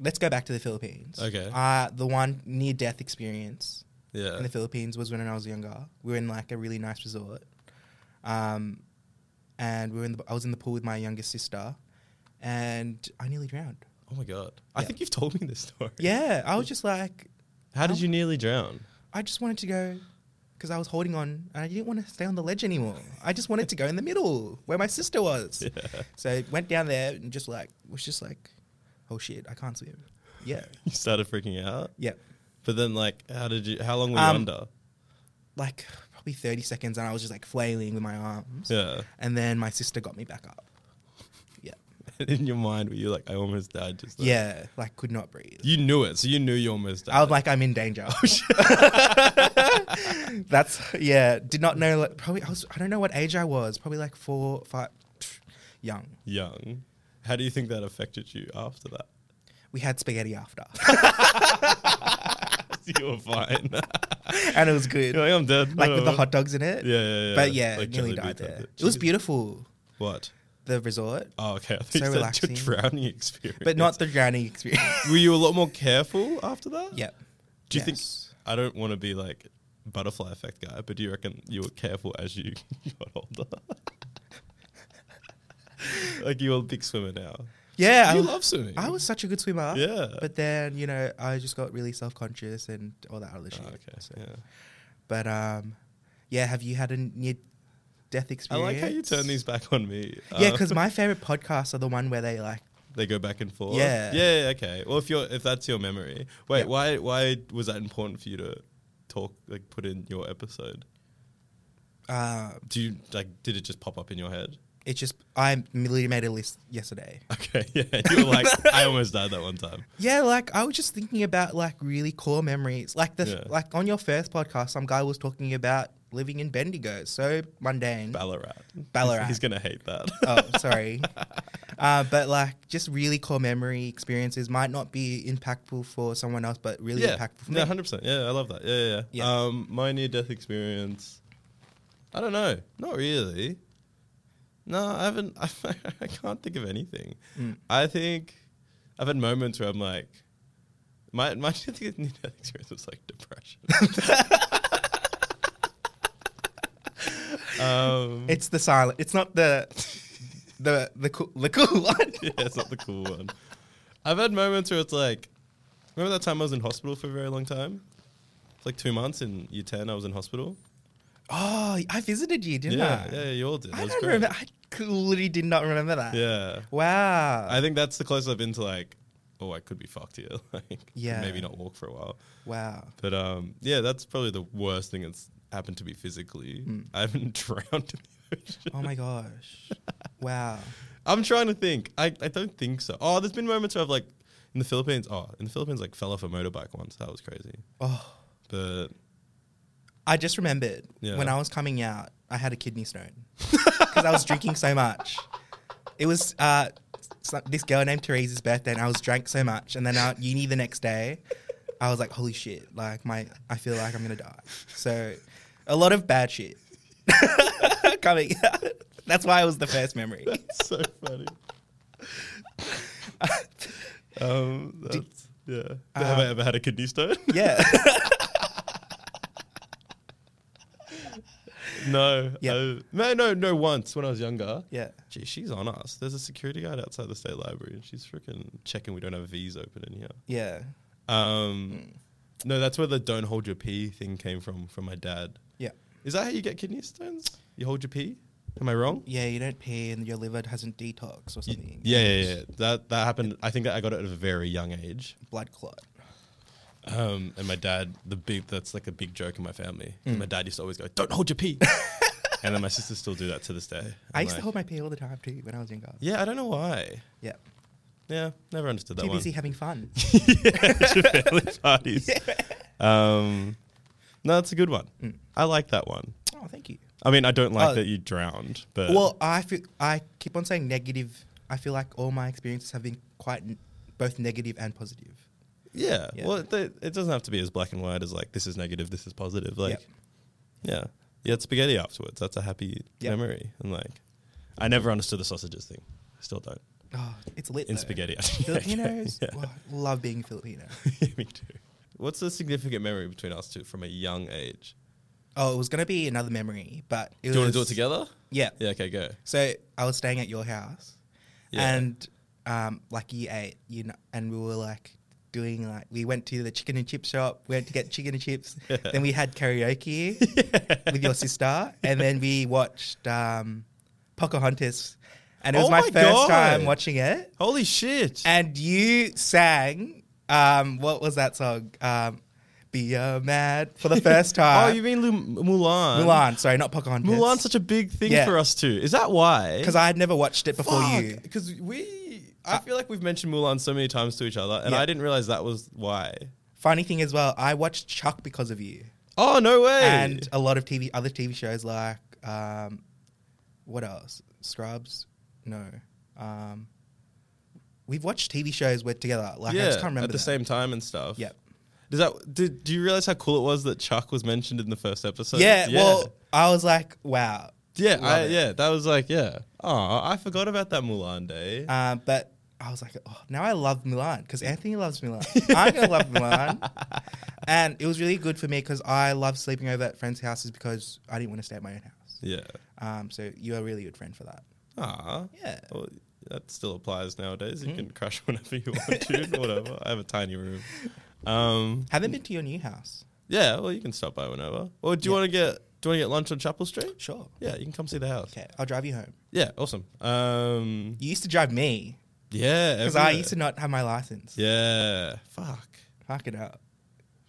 Speaker 2: Let's go back to the Philippines.
Speaker 1: Okay.
Speaker 2: Uh, the one near death experience.
Speaker 1: Yeah.
Speaker 2: in the Philippines was when I was younger. We were in like a really nice resort, um, and we were in the, I was in the pool with my youngest sister, and I nearly drowned.
Speaker 1: oh my god. I
Speaker 2: Yeah.
Speaker 1: think you've told me this story.
Speaker 2: Yeah, Um, I was just like,
Speaker 1: How did you nearly drown?
Speaker 2: I just wanted to go because I was holding on and I didn't want to stay on the ledge anymore. I just wanted to go in the middle where my sister was. So I went down there and just like was just like, oh shit, I can't swim. Yeah,
Speaker 1: You started freaking out.
Speaker 2: yeah,
Speaker 1: But then, like, how did you? How long were you
Speaker 2: Um,
Speaker 1: under?
Speaker 2: like probably thirty seconds, and I was just like flailing with my arms.
Speaker 1: Yeah.
Speaker 2: And then my sister got me back up. Yeah.
Speaker 1: in your mind, were you like, I almost died? Just then?
Speaker 2: Yeah. Like could not breathe.
Speaker 1: You knew it, so you knew you almost died.
Speaker 2: I was like, I'm in danger. That's yeah. Did not know. Like, probably I was. I don't know what age I was. Probably like four, five, pff, young.
Speaker 1: young. How do you think that affected you after that?
Speaker 2: We had spaghetti after,
Speaker 1: you were fine.
Speaker 2: and it was good.
Speaker 1: You're like, I'm dead.
Speaker 2: Like with the
Speaker 1: whatever."
Speaker 2: hot dogs in it.
Speaker 1: Yeah, yeah, yeah.
Speaker 2: But yeah,
Speaker 1: Like
Speaker 2: nearly
Speaker 1: jelly
Speaker 2: died
Speaker 1: beans
Speaker 2: there.
Speaker 1: and
Speaker 2: It
Speaker 1: shit.
Speaker 2: was beautiful.
Speaker 1: What?
Speaker 2: The resort,
Speaker 1: Oh, okay. I think
Speaker 2: So
Speaker 1: so
Speaker 2: relaxing.
Speaker 1: your drowning experience.
Speaker 2: but not the drowning experience.
Speaker 1: Were you a lot more careful after that?
Speaker 2: yeah.
Speaker 1: Do
Speaker 2: Yes.
Speaker 1: you think? I don't want to be like butterfly effect guy, but do you reckon you were careful as you got older? like you were a big swimmer now.
Speaker 2: Yeah, I,
Speaker 3: you
Speaker 2: w-
Speaker 3: love swimming.
Speaker 2: I was such a good swimmer.
Speaker 1: Yeah.
Speaker 2: But then, you know, I just got really self conscious and all that other shit.
Speaker 1: Oh, okay.
Speaker 2: So-
Speaker 1: Yeah.
Speaker 2: But um, yeah, have you had a near death
Speaker 1: I
Speaker 2: experience?
Speaker 1: like how you turn these back on me.
Speaker 2: Yeah,
Speaker 1: Um,
Speaker 2: because my favorite podcasts are the one where they like
Speaker 1: they go back and forth.
Speaker 2: Yeah.
Speaker 1: Yeah. yeah, Okay. Well, if you're if that's your memory, wait,
Speaker 2: Yeah.
Speaker 1: why why was that important for you to talk like put in your episode?
Speaker 2: uh,
Speaker 1: Do you like did it just pop up in your head?
Speaker 2: it's just I literally made a list yesterday.
Speaker 1: Okay. Yeah. You were like, I almost died that one time.
Speaker 2: Yeah, like I was just thinking about like really core memories, like the
Speaker 1: Yeah.
Speaker 2: like on your first podcast, some guy was talking about living in Bendigo, so mundane.
Speaker 1: Ballarat.
Speaker 2: Ballarat.
Speaker 1: He's, he's gonna hate that.
Speaker 2: oh, sorry. Uh, but like just really core memory experiences might not be impactful for someone else, but really
Speaker 1: yeah.
Speaker 2: impactful for
Speaker 1: No,
Speaker 2: me.
Speaker 1: hundred percent. Yeah, I love that. Yeah, yeah. yeah.
Speaker 2: Yeah.
Speaker 1: Um, my near death experience. I don't know. Not really. No, I haven't. I, can't think of anything.
Speaker 2: Mm.
Speaker 1: I think I've had moments where I'm like, my my near death experience was like depression. um,
Speaker 2: It's the silent. It's not the the the cool the cool one.
Speaker 1: yeah, it's not the cool one. I've had moments where it's like, remember that time I was in hospital for a very long time? It's like two months in year 10, I was in hospital.
Speaker 2: Oh, I visited you, didn't
Speaker 1: yeah,
Speaker 2: I?
Speaker 1: yeah, you all did. That
Speaker 2: I
Speaker 1: was
Speaker 2: don't
Speaker 1: great.
Speaker 2: remember. I clearly did not remember that.
Speaker 1: Yeah.
Speaker 2: Wow.
Speaker 1: I think that's the closest I've been to like, oh, I could be fucked here. like,
Speaker 2: Yeah.
Speaker 1: maybe not walk for a while.
Speaker 2: wow.
Speaker 1: But um, yeah, that's probably the worst thing that's happened to me physically. I haven't drowned in the ocean.
Speaker 2: Hmm. Oh my gosh. wow.
Speaker 1: I'm trying to think. I, I don't think so. Oh, there's been moments where I've like, in the Philippines, oh, in the Philippines, like fell off a motorbike once. That was crazy.
Speaker 2: Oh,
Speaker 1: But
Speaker 2: I just remembered
Speaker 1: Yeah.
Speaker 2: when I was coming out, I had a kidney stone because I was drinking so much. It was uh, so- this girl named Therese's birthday, and I was drank so much. And then at uni the next day, I was like, "Holy shit! Like my, I feel like I'm gonna die." So, a lot of bad shit coming out. That's why it was the first memory.
Speaker 1: That's so funny. um, that's, yeah. Have I
Speaker 2: Um,
Speaker 1: ever had a kidney stone?
Speaker 2: Yeah.
Speaker 1: no.
Speaker 2: Yeah.
Speaker 1: I- no, no, no. Once when I was younger.
Speaker 2: Yeah.
Speaker 1: Gee, she's on us. There's a security guard outside the state library, and she's freaking checking we don't have V's open in here.
Speaker 2: Yeah.
Speaker 1: Um,
Speaker 2: Hmm.
Speaker 1: no, that's where the "don't hold your pee" thing came from. From my dad.
Speaker 2: Yeah.
Speaker 1: Is that how you get kidney stones? You hold your pee? Am I wrong?
Speaker 2: Yeah, you don't pee and your liver hasn't detox or something.
Speaker 1: Yeah, yeah, yeah. That that happened. I think that I got it at a very young age.
Speaker 2: Blood clot.
Speaker 1: Um, and my dad, the big that's like a big joke in my family. 'Cause
Speaker 2: Hmm.
Speaker 1: My dad used to always go, "Don't hold your pee," and then my sisters still do that to this day.
Speaker 2: I
Speaker 1: I'm
Speaker 2: used
Speaker 1: like,
Speaker 2: to hold my pee all the time too when I was younger.
Speaker 1: Yeah, I don't know why.
Speaker 2: Yeah.
Speaker 1: Yeah, never understood that
Speaker 2: Too
Speaker 1: one.
Speaker 2: busy having fun.
Speaker 1: yeah, your family parties. Um, no, that's a good one.
Speaker 2: Hmm.
Speaker 1: I like that one.
Speaker 2: oh, thank you.
Speaker 1: I mean, I don't like
Speaker 2: Oh.
Speaker 1: that you drowned, but
Speaker 2: Well, I feel I keep on saying negative. I feel like all my experiences have been quite n- both negative and positive.
Speaker 1: yeah,
Speaker 2: yeah.
Speaker 1: well, it, it doesn't have to be as black and white as like this is negative, this is positive. Like,
Speaker 2: Yep.
Speaker 1: yeah, you had spaghetti afterwards. That's a happy
Speaker 2: Yep.
Speaker 1: memory. And like, I never understood the sausages thing. Still don't.
Speaker 2: Oh, it's lit.
Speaker 1: in
Speaker 2: though.
Speaker 1: spaghetti.
Speaker 2: Filipinos
Speaker 1: Yeah.
Speaker 2: oh, love being Filipino.
Speaker 1: Yeah, me too. What's the significant memory between us two from a young age?
Speaker 2: Oh, it was gonna be another memory, but it
Speaker 1: Do you want
Speaker 2: was-
Speaker 1: to do it together?
Speaker 2: Yeah.
Speaker 1: Yeah, okay, go.
Speaker 2: So I was staying at your house,
Speaker 1: Yeah.
Speaker 2: and um, like year eight, you know, and we were like doing like we went to the chicken and chip shop. We went to get chicken and chips.
Speaker 1: Yeah.
Speaker 2: Then we had karaoke with your sister, and then we watched um, Pocahontas, and it was
Speaker 1: Oh
Speaker 2: my,
Speaker 1: my
Speaker 2: first
Speaker 1: God.
Speaker 2: time watching it.
Speaker 1: Holy shit.
Speaker 2: And you sang um, what was that song? Um, Be a mad for the first
Speaker 1: oh,
Speaker 2: time.
Speaker 1: you mean Lu- Mulan?
Speaker 2: Mulan, sorry, not Pocahontas.
Speaker 1: Mulan's such a big thing
Speaker 2: Yeah.
Speaker 1: for us too. Is that why?
Speaker 2: because I had never watched it before you. Uh,
Speaker 1: Because we. I feel like we've mentioned Mulan so many times to each other, and
Speaker 2: Yeah.
Speaker 1: I didn't realize that was why.
Speaker 2: Funny thing as well, I watched Chuck because of you,
Speaker 1: Oh no way!
Speaker 2: and uh, a lot of TV, other TV shows like um, what else? Scrubs? No. Um, we've watched TV shows with together. Like
Speaker 1: yeah,
Speaker 2: I just can't remember
Speaker 1: at the
Speaker 2: that.
Speaker 1: same time and stuff.
Speaker 2: Yep.
Speaker 1: Does that? Did, do you realize how cool it was that Chuck was mentioned in the first episode?
Speaker 2: yeah, Well, I was like, wow.
Speaker 1: Yeah, I,
Speaker 2: Love it.
Speaker 1: yeah, that was like, yeah. Oh, I forgot about that Mulan Day.
Speaker 2: Um, but I was like, oh, now I love Milan because Anthony loves Milan. I'm gonna love Milan. And it was really good for me because I love sleeping over at friends' houses because I didn't want to stay at my own house.
Speaker 1: yeah.
Speaker 2: Um, so you're a really good friend for that.
Speaker 1: Ah.
Speaker 2: Yeah.
Speaker 1: Well, that still applies nowadays. You
Speaker 2: Hmm.
Speaker 1: can crash whenever you want to, whatever. I have a tiny room. Um,
Speaker 2: Haven't been to your new house.
Speaker 1: yeah, well, you can stop by whenever. Or do you
Speaker 2: Yeah.
Speaker 1: want to get do you want to get lunch on Chapel Street?
Speaker 2: Sure.
Speaker 1: Yeah, you can come see the house.
Speaker 2: Okay, I'll drive you home.
Speaker 1: Yeah, awesome. Um,
Speaker 2: You used to drive me
Speaker 1: yeah,
Speaker 2: because I
Speaker 1: everywhere.
Speaker 2: used to not have my license.
Speaker 1: Yeah, fuck.
Speaker 2: Fuck it up.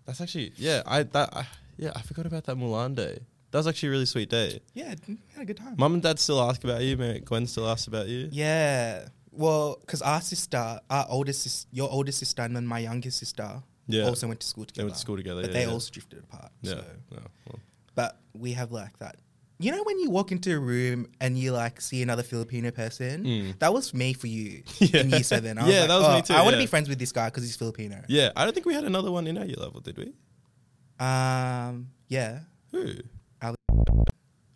Speaker 1: That's actually yeah. I that I, yeah. I forgot about that Mulan day. That was actually a really sweet day.
Speaker 2: Yeah, had a good time.
Speaker 1: Mum and Dad still ask about you, mate. Gwen still asks about you.
Speaker 2: Yeah. Well, because our sister, our oldest, sis- your oldest sister, and then my youngest sister
Speaker 1: Yeah.
Speaker 2: also went to school together.
Speaker 1: They went to school together.
Speaker 2: but
Speaker 1: yeah,
Speaker 2: they
Speaker 1: yeah.
Speaker 2: also drifted apart.
Speaker 1: yeah.
Speaker 2: So.
Speaker 1: No, well,
Speaker 2: But we have like that. You know when you walk into a room and you like see another Filipino person?
Speaker 1: Mm.
Speaker 2: That was me for you
Speaker 1: Yeah.
Speaker 2: in year seven. I was
Speaker 1: Yeah,
Speaker 2: like,
Speaker 1: that was
Speaker 2: "Oh,
Speaker 1: me too,
Speaker 2: I want to be
Speaker 1: yeah.
Speaker 2: friends with this guy because he's Filipino.
Speaker 1: yeah. I don't think we had another one in our year level, did we?
Speaker 2: Um, yeah,
Speaker 1: Who?
Speaker 2: Albert.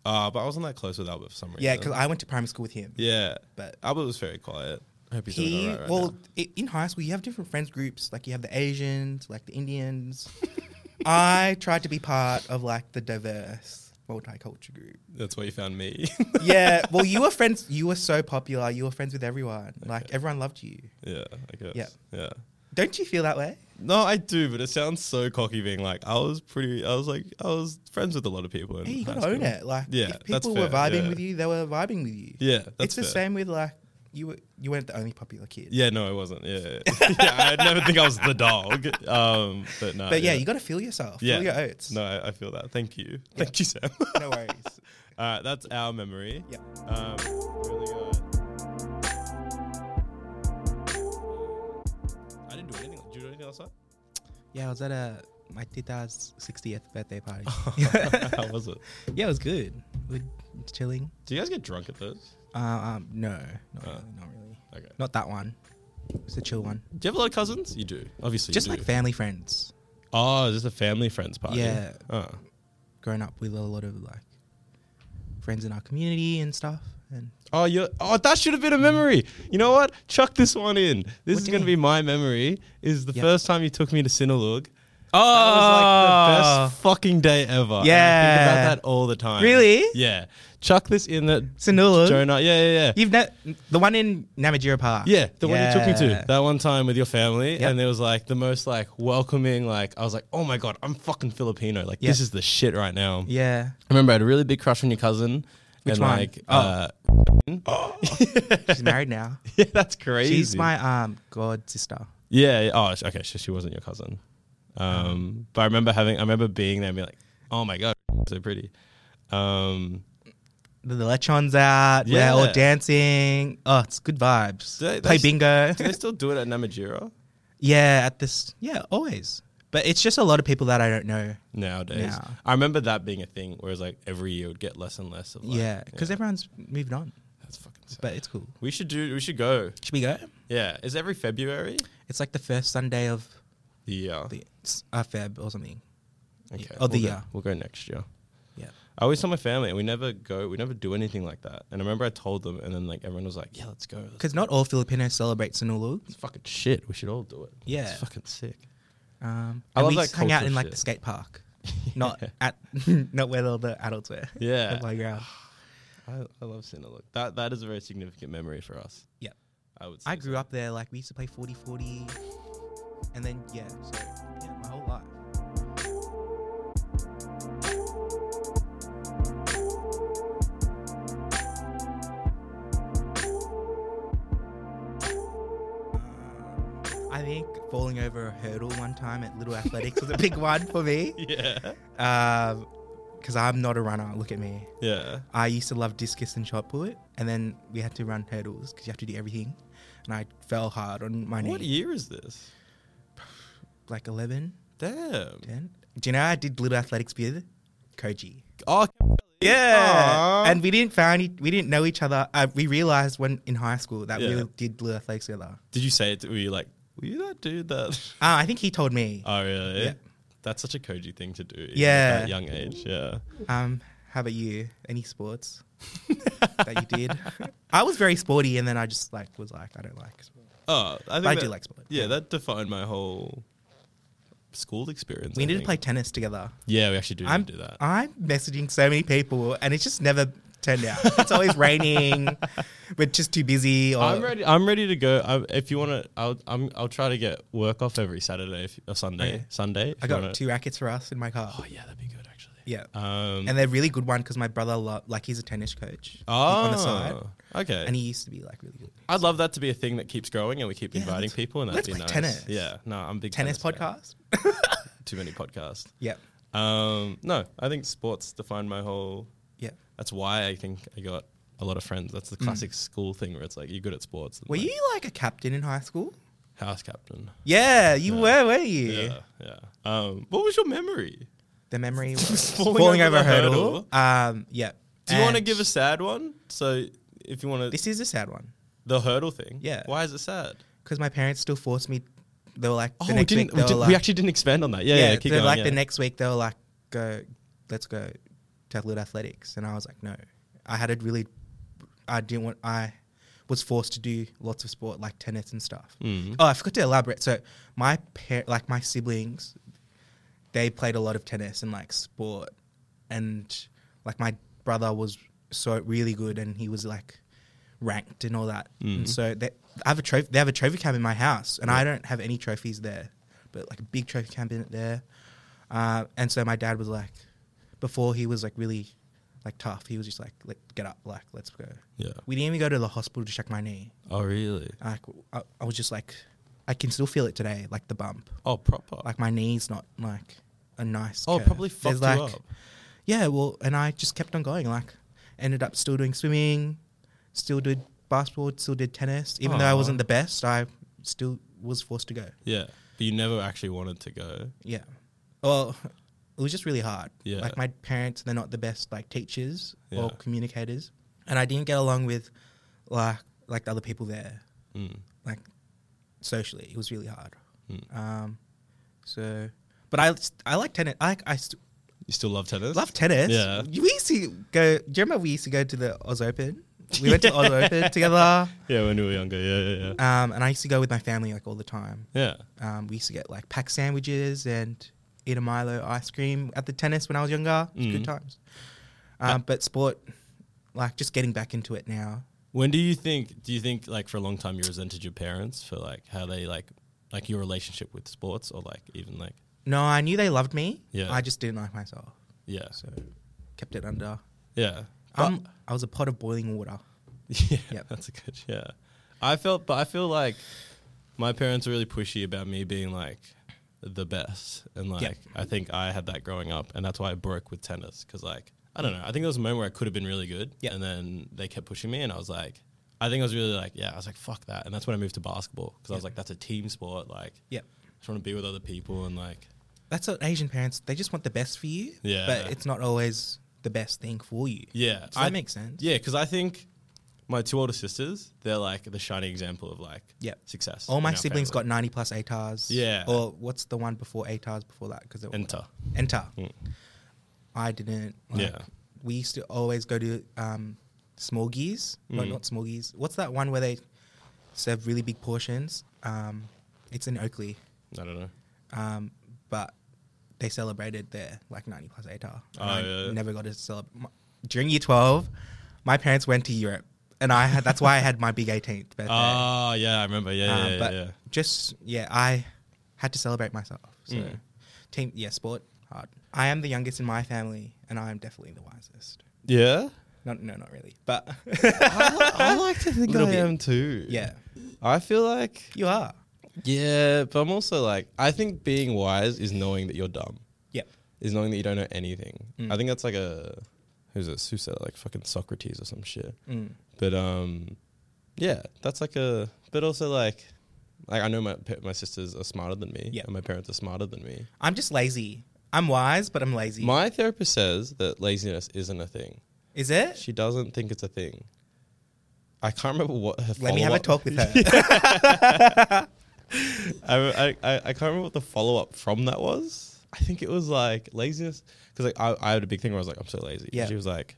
Speaker 1: Ah, but I wasn't that close with Albert for some reason.
Speaker 2: yeah. Because I went to primary school with him,
Speaker 1: uh, yeah,
Speaker 2: but
Speaker 1: Albert was very quiet. I hope he's
Speaker 2: he
Speaker 1: doing all right right
Speaker 2: well
Speaker 1: now.
Speaker 2: i in high school you have different friends groups. Like you have the Asians, like the Indians. I tried to be part of like the diverse multicultural group.
Speaker 1: That's why you found me.
Speaker 2: Yeah. Well, you were friends. You were so popular. You were friends with everyone. Like everyone loved you.
Speaker 1: yeah, I guess.
Speaker 2: Yeah.
Speaker 1: yeah.
Speaker 2: Don't you feel that way?
Speaker 1: No, I do, but it sounds so cocky being like, I was pretty, I was like, I was friends with a lot of people. In
Speaker 2: Hey, you
Speaker 1: high
Speaker 2: gotta own
Speaker 1: school.
Speaker 2: it. Like
Speaker 1: Yeah,
Speaker 2: if
Speaker 1: that's
Speaker 2: people were
Speaker 1: fair,
Speaker 2: vibing
Speaker 1: yeah.
Speaker 2: with you, they were vibing with you.
Speaker 1: Yeah, that's
Speaker 2: it's the
Speaker 1: fair.
Speaker 2: same with like you were you weren't the only popular kid.
Speaker 1: Yeah, no, it wasn't. Yeah, yeah. yeah I never think I was the dog. Um, but no,
Speaker 2: But yeah, you gotta feel yourself.
Speaker 1: Yeah.
Speaker 2: Feel your oats.
Speaker 1: no, I, I feel that. Thank you, thank you, Sam.
Speaker 2: no worries.
Speaker 1: All right, Uh, that's our memory.
Speaker 2: Yeah.
Speaker 1: Um, really good. I didn't do anything. Did you do anything last night?
Speaker 3: Yeah, I was at a my tita's 60th birthday party.
Speaker 1: How was it?
Speaker 3: yeah, it was good. We're chilling.
Speaker 1: Do you guys get drunk at those?
Speaker 3: Uh, um, no, not,
Speaker 1: Uh.
Speaker 3: really, not really.
Speaker 1: Okay.
Speaker 3: Not that one. It's a chill one.
Speaker 1: Do you have a lot of cousins? You do, obviously.
Speaker 3: Just
Speaker 1: you do.
Speaker 3: like family friends.
Speaker 1: oh, is this a family friends party?
Speaker 3: Yeah.
Speaker 1: Oh.
Speaker 3: Growing up with a lot of like friends in our community and stuff. And
Speaker 1: Oh, you oh, that should have been a memory. You know what? Chuck this one in. This
Speaker 3: Mm. What
Speaker 1: is
Speaker 3: do you
Speaker 1: going to be
Speaker 3: mean?
Speaker 1: my memory. Is the
Speaker 3: Yeah.
Speaker 1: first time you took me to Sinalug.
Speaker 3: oh,
Speaker 1: That was like the best fucking day ever. and I think
Speaker 3: Yeah.
Speaker 1: about that all the time.
Speaker 3: Really?
Speaker 1: Yeah. Chuck this in that
Speaker 3: Sinula.
Speaker 1: Jonah. Yeah, yeah, yeah.
Speaker 3: You've met the one in Namajiro Park.
Speaker 1: Yeah, the one you took me
Speaker 3: Yeah.
Speaker 1: to that one time with your family,
Speaker 3: Yep.
Speaker 1: and there was like the most like welcoming. Like I was like, oh my god, I'm fucking Filipino. Like
Speaker 3: Yeah.
Speaker 1: this is the shit right now.
Speaker 3: Yeah.
Speaker 1: I remember I had a really big crush on your cousin.
Speaker 3: Which
Speaker 1: and
Speaker 3: one?
Speaker 1: Like,
Speaker 3: Oh.
Speaker 1: uh,
Speaker 3: She's married now.
Speaker 1: yeah, that's crazy.
Speaker 3: She's my um god sister.
Speaker 1: Yeah. yeah. Oh, sh- okay. So she wasn't your cousin. Um, but I remember having, I remember being there and being like, oh my God, so pretty. Um,
Speaker 3: the, the electrons out.
Speaker 1: Yeah.
Speaker 3: We're all dancing. Oh, it's good vibes.
Speaker 1: Do they-
Speaker 3: Play
Speaker 1: that's-
Speaker 3: bingo.
Speaker 1: do they still do it at Namajiro
Speaker 3: yeah, at this. Yeah, always. But it's just a lot of people that I don't know.
Speaker 1: nowadays?
Speaker 3: No.
Speaker 1: I remember that being a thing, whereas like every year it would get less and less of like,
Speaker 3: yeah, because everyone's moved on.
Speaker 1: that's fucking sad.
Speaker 3: But it's cool.
Speaker 1: we should do, we should go.
Speaker 3: Should we go?
Speaker 1: Yeah. Is every February?
Speaker 3: It's like the first Sunday of
Speaker 1: The year.
Speaker 3: the uh, Feb or something.
Speaker 1: okay.
Speaker 3: of the
Speaker 1: we'll go-
Speaker 3: year.
Speaker 1: we'll go next year.
Speaker 3: Yeah.
Speaker 1: I always tell my family, and we never go, we never do anything like that. And I remember I told them, and then like everyone was like, yeah, let's go. Let's
Speaker 3: Because not all Filipinos celebrate Sinulog.
Speaker 1: it's fucking shit. We should all do it.
Speaker 3: Yeah.
Speaker 1: It's fucking sick.
Speaker 3: Um,
Speaker 1: I
Speaker 3: and
Speaker 1: love
Speaker 3: we
Speaker 1: that
Speaker 3: just hang out
Speaker 1: cultural
Speaker 3: in like
Speaker 1: shit.
Speaker 3: the skate park, not
Speaker 1: Yeah.
Speaker 3: at not where all the adults were.
Speaker 1: Yeah.
Speaker 3: the playground.
Speaker 1: I, I love Sinaloa. That that is a very significant memory for us.
Speaker 3: Yeah.
Speaker 1: I would. Say
Speaker 3: I grew up there. Like we used to play 40-40. and then yeah, so yeah, my whole life. Um, I think falling over a hurdle one time at Little Athletics was a big one for me.
Speaker 1: Yeah.
Speaker 3: Because I'm not a runner. Look at me.
Speaker 1: Yeah.
Speaker 3: I used to love discus and shot put, and then we had to run hurdles because you have to do everything. And I fell hard on my
Speaker 1: What
Speaker 3: knee,
Speaker 1: year is this?
Speaker 3: like 11,
Speaker 1: Damn.
Speaker 3: 10. Do you know I did little athletics with Koji?
Speaker 1: Oh.
Speaker 3: Yeah,
Speaker 1: Aw.
Speaker 3: and we didn't find e- we didn't know each other. Uh, we realized when in high school that
Speaker 1: Yeah.
Speaker 3: we did little athletics together.
Speaker 1: Did you say it? To, were you like, were you that dude that?
Speaker 3: Uh, I think he told me.
Speaker 1: oh really?
Speaker 3: Yeah.
Speaker 1: That's such a Koji thing to do. even
Speaker 3: Yeah.
Speaker 1: At that young age. Yeah.
Speaker 3: Um, how about you? Any sports that you did? I was very sporty, and then I just like was like I don't like. Sport.
Speaker 1: Oh, I think
Speaker 3: I
Speaker 1: that-
Speaker 3: do like sport.
Speaker 1: Yeah, that defined my whole school experience.
Speaker 3: We
Speaker 1: I
Speaker 3: need to
Speaker 1: think.
Speaker 3: play tennis together.
Speaker 1: Yeah, we actually do need
Speaker 3: I'm
Speaker 1: to do that.
Speaker 3: I'm messaging so many people, and it's just never
Speaker 2: turned out. It's always raining. We're just too busy. Or
Speaker 1: I'm ready. I'm ready to go. I, if you want to, I'll I'm, I'll try to get work off every Saturday if, or Sunday.
Speaker 2: Okay.
Speaker 1: Sunday. if
Speaker 2: I
Speaker 1: you
Speaker 2: got
Speaker 1: wanna-
Speaker 2: two rackets for us in my car.
Speaker 1: Oh yeah, that'd be good actually.
Speaker 2: yeah.
Speaker 1: Um.
Speaker 2: and they're really good one because my brother lo- like he's a tennis coach
Speaker 1: oh,
Speaker 2: on the side,
Speaker 1: okay.
Speaker 2: and he used to be like really good.
Speaker 1: I'd love that to be a thing that keeps growing, and we keep
Speaker 2: Yeah,
Speaker 1: inviting
Speaker 2: let's-
Speaker 1: people, and
Speaker 2: let's
Speaker 1: that'd be
Speaker 2: play
Speaker 1: nice.
Speaker 2: tennis.
Speaker 1: Yeah. No, I'm a big
Speaker 2: Tennis
Speaker 1: guy.
Speaker 2: podcast.
Speaker 1: Too many podcasts.
Speaker 2: Yep.
Speaker 1: Um. No, I think sports defined my whole.
Speaker 2: Yeah.
Speaker 1: That's why I think I got a lot of friends. That's the classic school thing where it's like you're good at sports. and
Speaker 2: Mm. Were
Speaker 1: like
Speaker 2: you like a captain in high school?
Speaker 1: house captain?
Speaker 2: Yeah, you
Speaker 1: Yeah.
Speaker 2: were, were you?
Speaker 1: Yeah. Yeah. Um. What was your memory?
Speaker 2: The memory was
Speaker 1: Falling
Speaker 2: falling,
Speaker 1: over
Speaker 2: over,
Speaker 1: the
Speaker 2: a hurdle. Um, yeah.
Speaker 1: Do you want to
Speaker 2: And
Speaker 1: give a sad one? So if you want to,
Speaker 2: This is a sad one
Speaker 1: the hurdle thing.
Speaker 2: Yeah.
Speaker 1: Why is it sad?
Speaker 2: because my parents still forced me. They were like, the
Speaker 1: oh, we
Speaker 2: next
Speaker 1: didn't.
Speaker 2: week
Speaker 1: We,
Speaker 2: they
Speaker 1: did,
Speaker 2: were
Speaker 1: we
Speaker 2: like,
Speaker 1: actually didn't expand on that. Yeah, yeah.
Speaker 2: yeah,
Speaker 1: keep
Speaker 2: they're
Speaker 1: going.
Speaker 2: like
Speaker 1: yeah.
Speaker 2: the next week they were like, go, let's go to Athlete Athletics, and I was like, no, I had a really, I didn't want, I was forced to do lots of sport like tennis and stuff.
Speaker 1: Mm.
Speaker 2: Oh, I forgot to elaborate. So my par- like my siblings, they played a lot of tennis and like sport, and like my brother was so really good, and he was like ranked and all that.
Speaker 1: Mm.
Speaker 2: And so they I have a trophy. They have a trophy cam in my house, and I don't have any trophies there, but like a big trophy cabinet there. Uh, and so my dad was like, before he was like really like tough. He was just like, Let, get up, like let's go.
Speaker 1: Yeah.
Speaker 2: We didn't even go to the hospital to check my knee.
Speaker 1: Oh really?
Speaker 2: Like I, I was just like, I can still feel it today, like the bump.
Speaker 1: Oh proper.
Speaker 2: Like my knee's not like a nice.
Speaker 1: oh, it
Speaker 2: curve.
Speaker 1: probably
Speaker 2: There's,
Speaker 1: fucked you
Speaker 2: like-
Speaker 1: up.
Speaker 2: Yeah, well, and I just kept on going. Like, ended up still doing swimming, still did basketball, still did tennis. Even though I
Speaker 1: Aw.
Speaker 2: wasn't the best, I still was forced to go.
Speaker 1: Yeah, but you never actually wanted to go.
Speaker 2: Yeah. Well, it was just really hard.
Speaker 1: Yeah.
Speaker 2: Like my parents, they're not the best like teachers or
Speaker 1: Yeah.
Speaker 2: communicators, and I didn't get along with like like the other people there.
Speaker 1: Mm.
Speaker 2: Like socially, it was really hard.
Speaker 1: Mm.
Speaker 2: Um, so, but I I like tennis. I I st-
Speaker 1: You still love tennis?
Speaker 2: love tennis.
Speaker 1: Yeah.
Speaker 2: We used to go. Do you remember we used to go to the Oz Open? We went to the Oz Open together.
Speaker 1: Yeah, when we were younger. Yeah, yeah, yeah.
Speaker 2: Um, and I used to go with my family like all the time.
Speaker 1: Yeah.
Speaker 2: Um, we used to get like pack sandwiches and eat a Milo ice cream at the tennis when I was younger. It was
Speaker 1: Mm.
Speaker 2: Good times.
Speaker 1: Uh,
Speaker 2: Um, but sport, like just getting back into it now.
Speaker 1: When do you think? Do you think like for a long time you resented your parents for like how they like like your relationship with sports or like even like
Speaker 2: No, I knew they loved me.
Speaker 1: Yeah.
Speaker 2: I just didn't like myself,
Speaker 1: yeah
Speaker 2: so kept it under.
Speaker 1: yeah. But-
Speaker 2: Um, I was a pot of boiling water.
Speaker 1: Yeah,
Speaker 2: Yep.
Speaker 1: that's a good. Yeah, I felt, but I feel like my parents were really pushy about me being like the best, and like I think I had that growing up, and that's why I broke with tennis because like I don't know. I think there was a moment where I could have been really good,
Speaker 2: Yep.
Speaker 1: and then they kept pushing me, and I was like, I think I was really like, yeah, I was like, fuck that, and that's when I moved to basketball because I was like, that's a team sport, like
Speaker 2: Yep.
Speaker 1: just want to be with other people and like
Speaker 2: That's what Asian parents. They just want the best for you.
Speaker 1: Yeah.
Speaker 2: But it's not always the best thing for you.
Speaker 1: yeah,
Speaker 2: Does that make sense?
Speaker 1: Yeah, because I think. My two older sisters, they're like the shining example of like
Speaker 2: Yep.
Speaker 1: success.
Speaker 2: All
Speaker 1: in
Speaker 2: my
Speaker 1: our
Speaker 2: siblings
Speaker 1: family.
Speaker 2: got 90 plus ATARs.
Speaker 1: Yeah.
Speaker 2: Or what's the one before ATARs before that? Because
Speaker 1: enter.
Speaker 2: Enter.
Speaker 1: Mm.
Speaker 2: I didn't.
Speaker 1: Yeah.
Speaker 2: We used to always go to um, Smorgies. No,
Speaker 1: Mm.
Speaker 2: not Smorgies. What's that one where they serve really big portions? Um, it's in Oakley,
Speaker 1: I don't know.
Speaker 2: um, but they celebrated their like 90 plus ATAR. And
Speaker 1: Oh,
Speaker 2: I
Speaker 1: yeah.
Speaker 2: never got to celebrate. During year 12, my parents went to Europe, and I had that's why I had my big 18th birthday.
Speaker 1: Oh, yeah, I remember. Yeah, yeah,
Speaker 2: Um,
Speaker 1: yeah,
Speaker 2: but
Speaker 1: yeah.
Speaker 2: just yeah, I had to celebrate myself. So,
Speaker 1: Mm.
Speaker 2: team yeah, sport hard. I am the youngest in my family, and I am definitely the wisest.
Speaker 1: Yeah?
Speaker 2: Not no, not really, but
Speaker 1: I, I like to think I
Speaker 2: Little bit.
Speaker 1: am too.
Speaker 2: yeah,
Speaker 1: I feel like,
Speaker 2: you are.
Speaker 1: yeah, but I'm also like, I think being wise is knowing that you're dumb,
Speaker 2: Yep.
Speaker 1: is knowing that you don't know anything.
Speaker 2: Mm.
Speaker 1: I think that's like a, who's this? Who said it? Like fucking Socrates or some shit.
Speaker 2: Mm.
Speaker 1: But um, yeah, that's like a. But also like, like I know my pa- my sisters are smarter than me,
Speaker 2: Yeah.
Speaker 1: and my parents are smarter than me.
Speaker 2: I'm just lazy. I'm wise, but I'm lazy.
Speaker 1: My therapist says that laziness isn't a thing.
Speaker 2: Is it?
Speaker 1: She doesn't think it's a thing. I can't remember what her.
Speaker 2: Let me have a talk
Speaker 1: follow-up-
Speaker 2: with her.
Speaker 1: I, I, I I can't remember what the follow up from that was. I think it was like laziness because like I, I had a big thing where I was like I'm so lazy. And
Speaker 2: Yeah.
Speaker 1: she was like,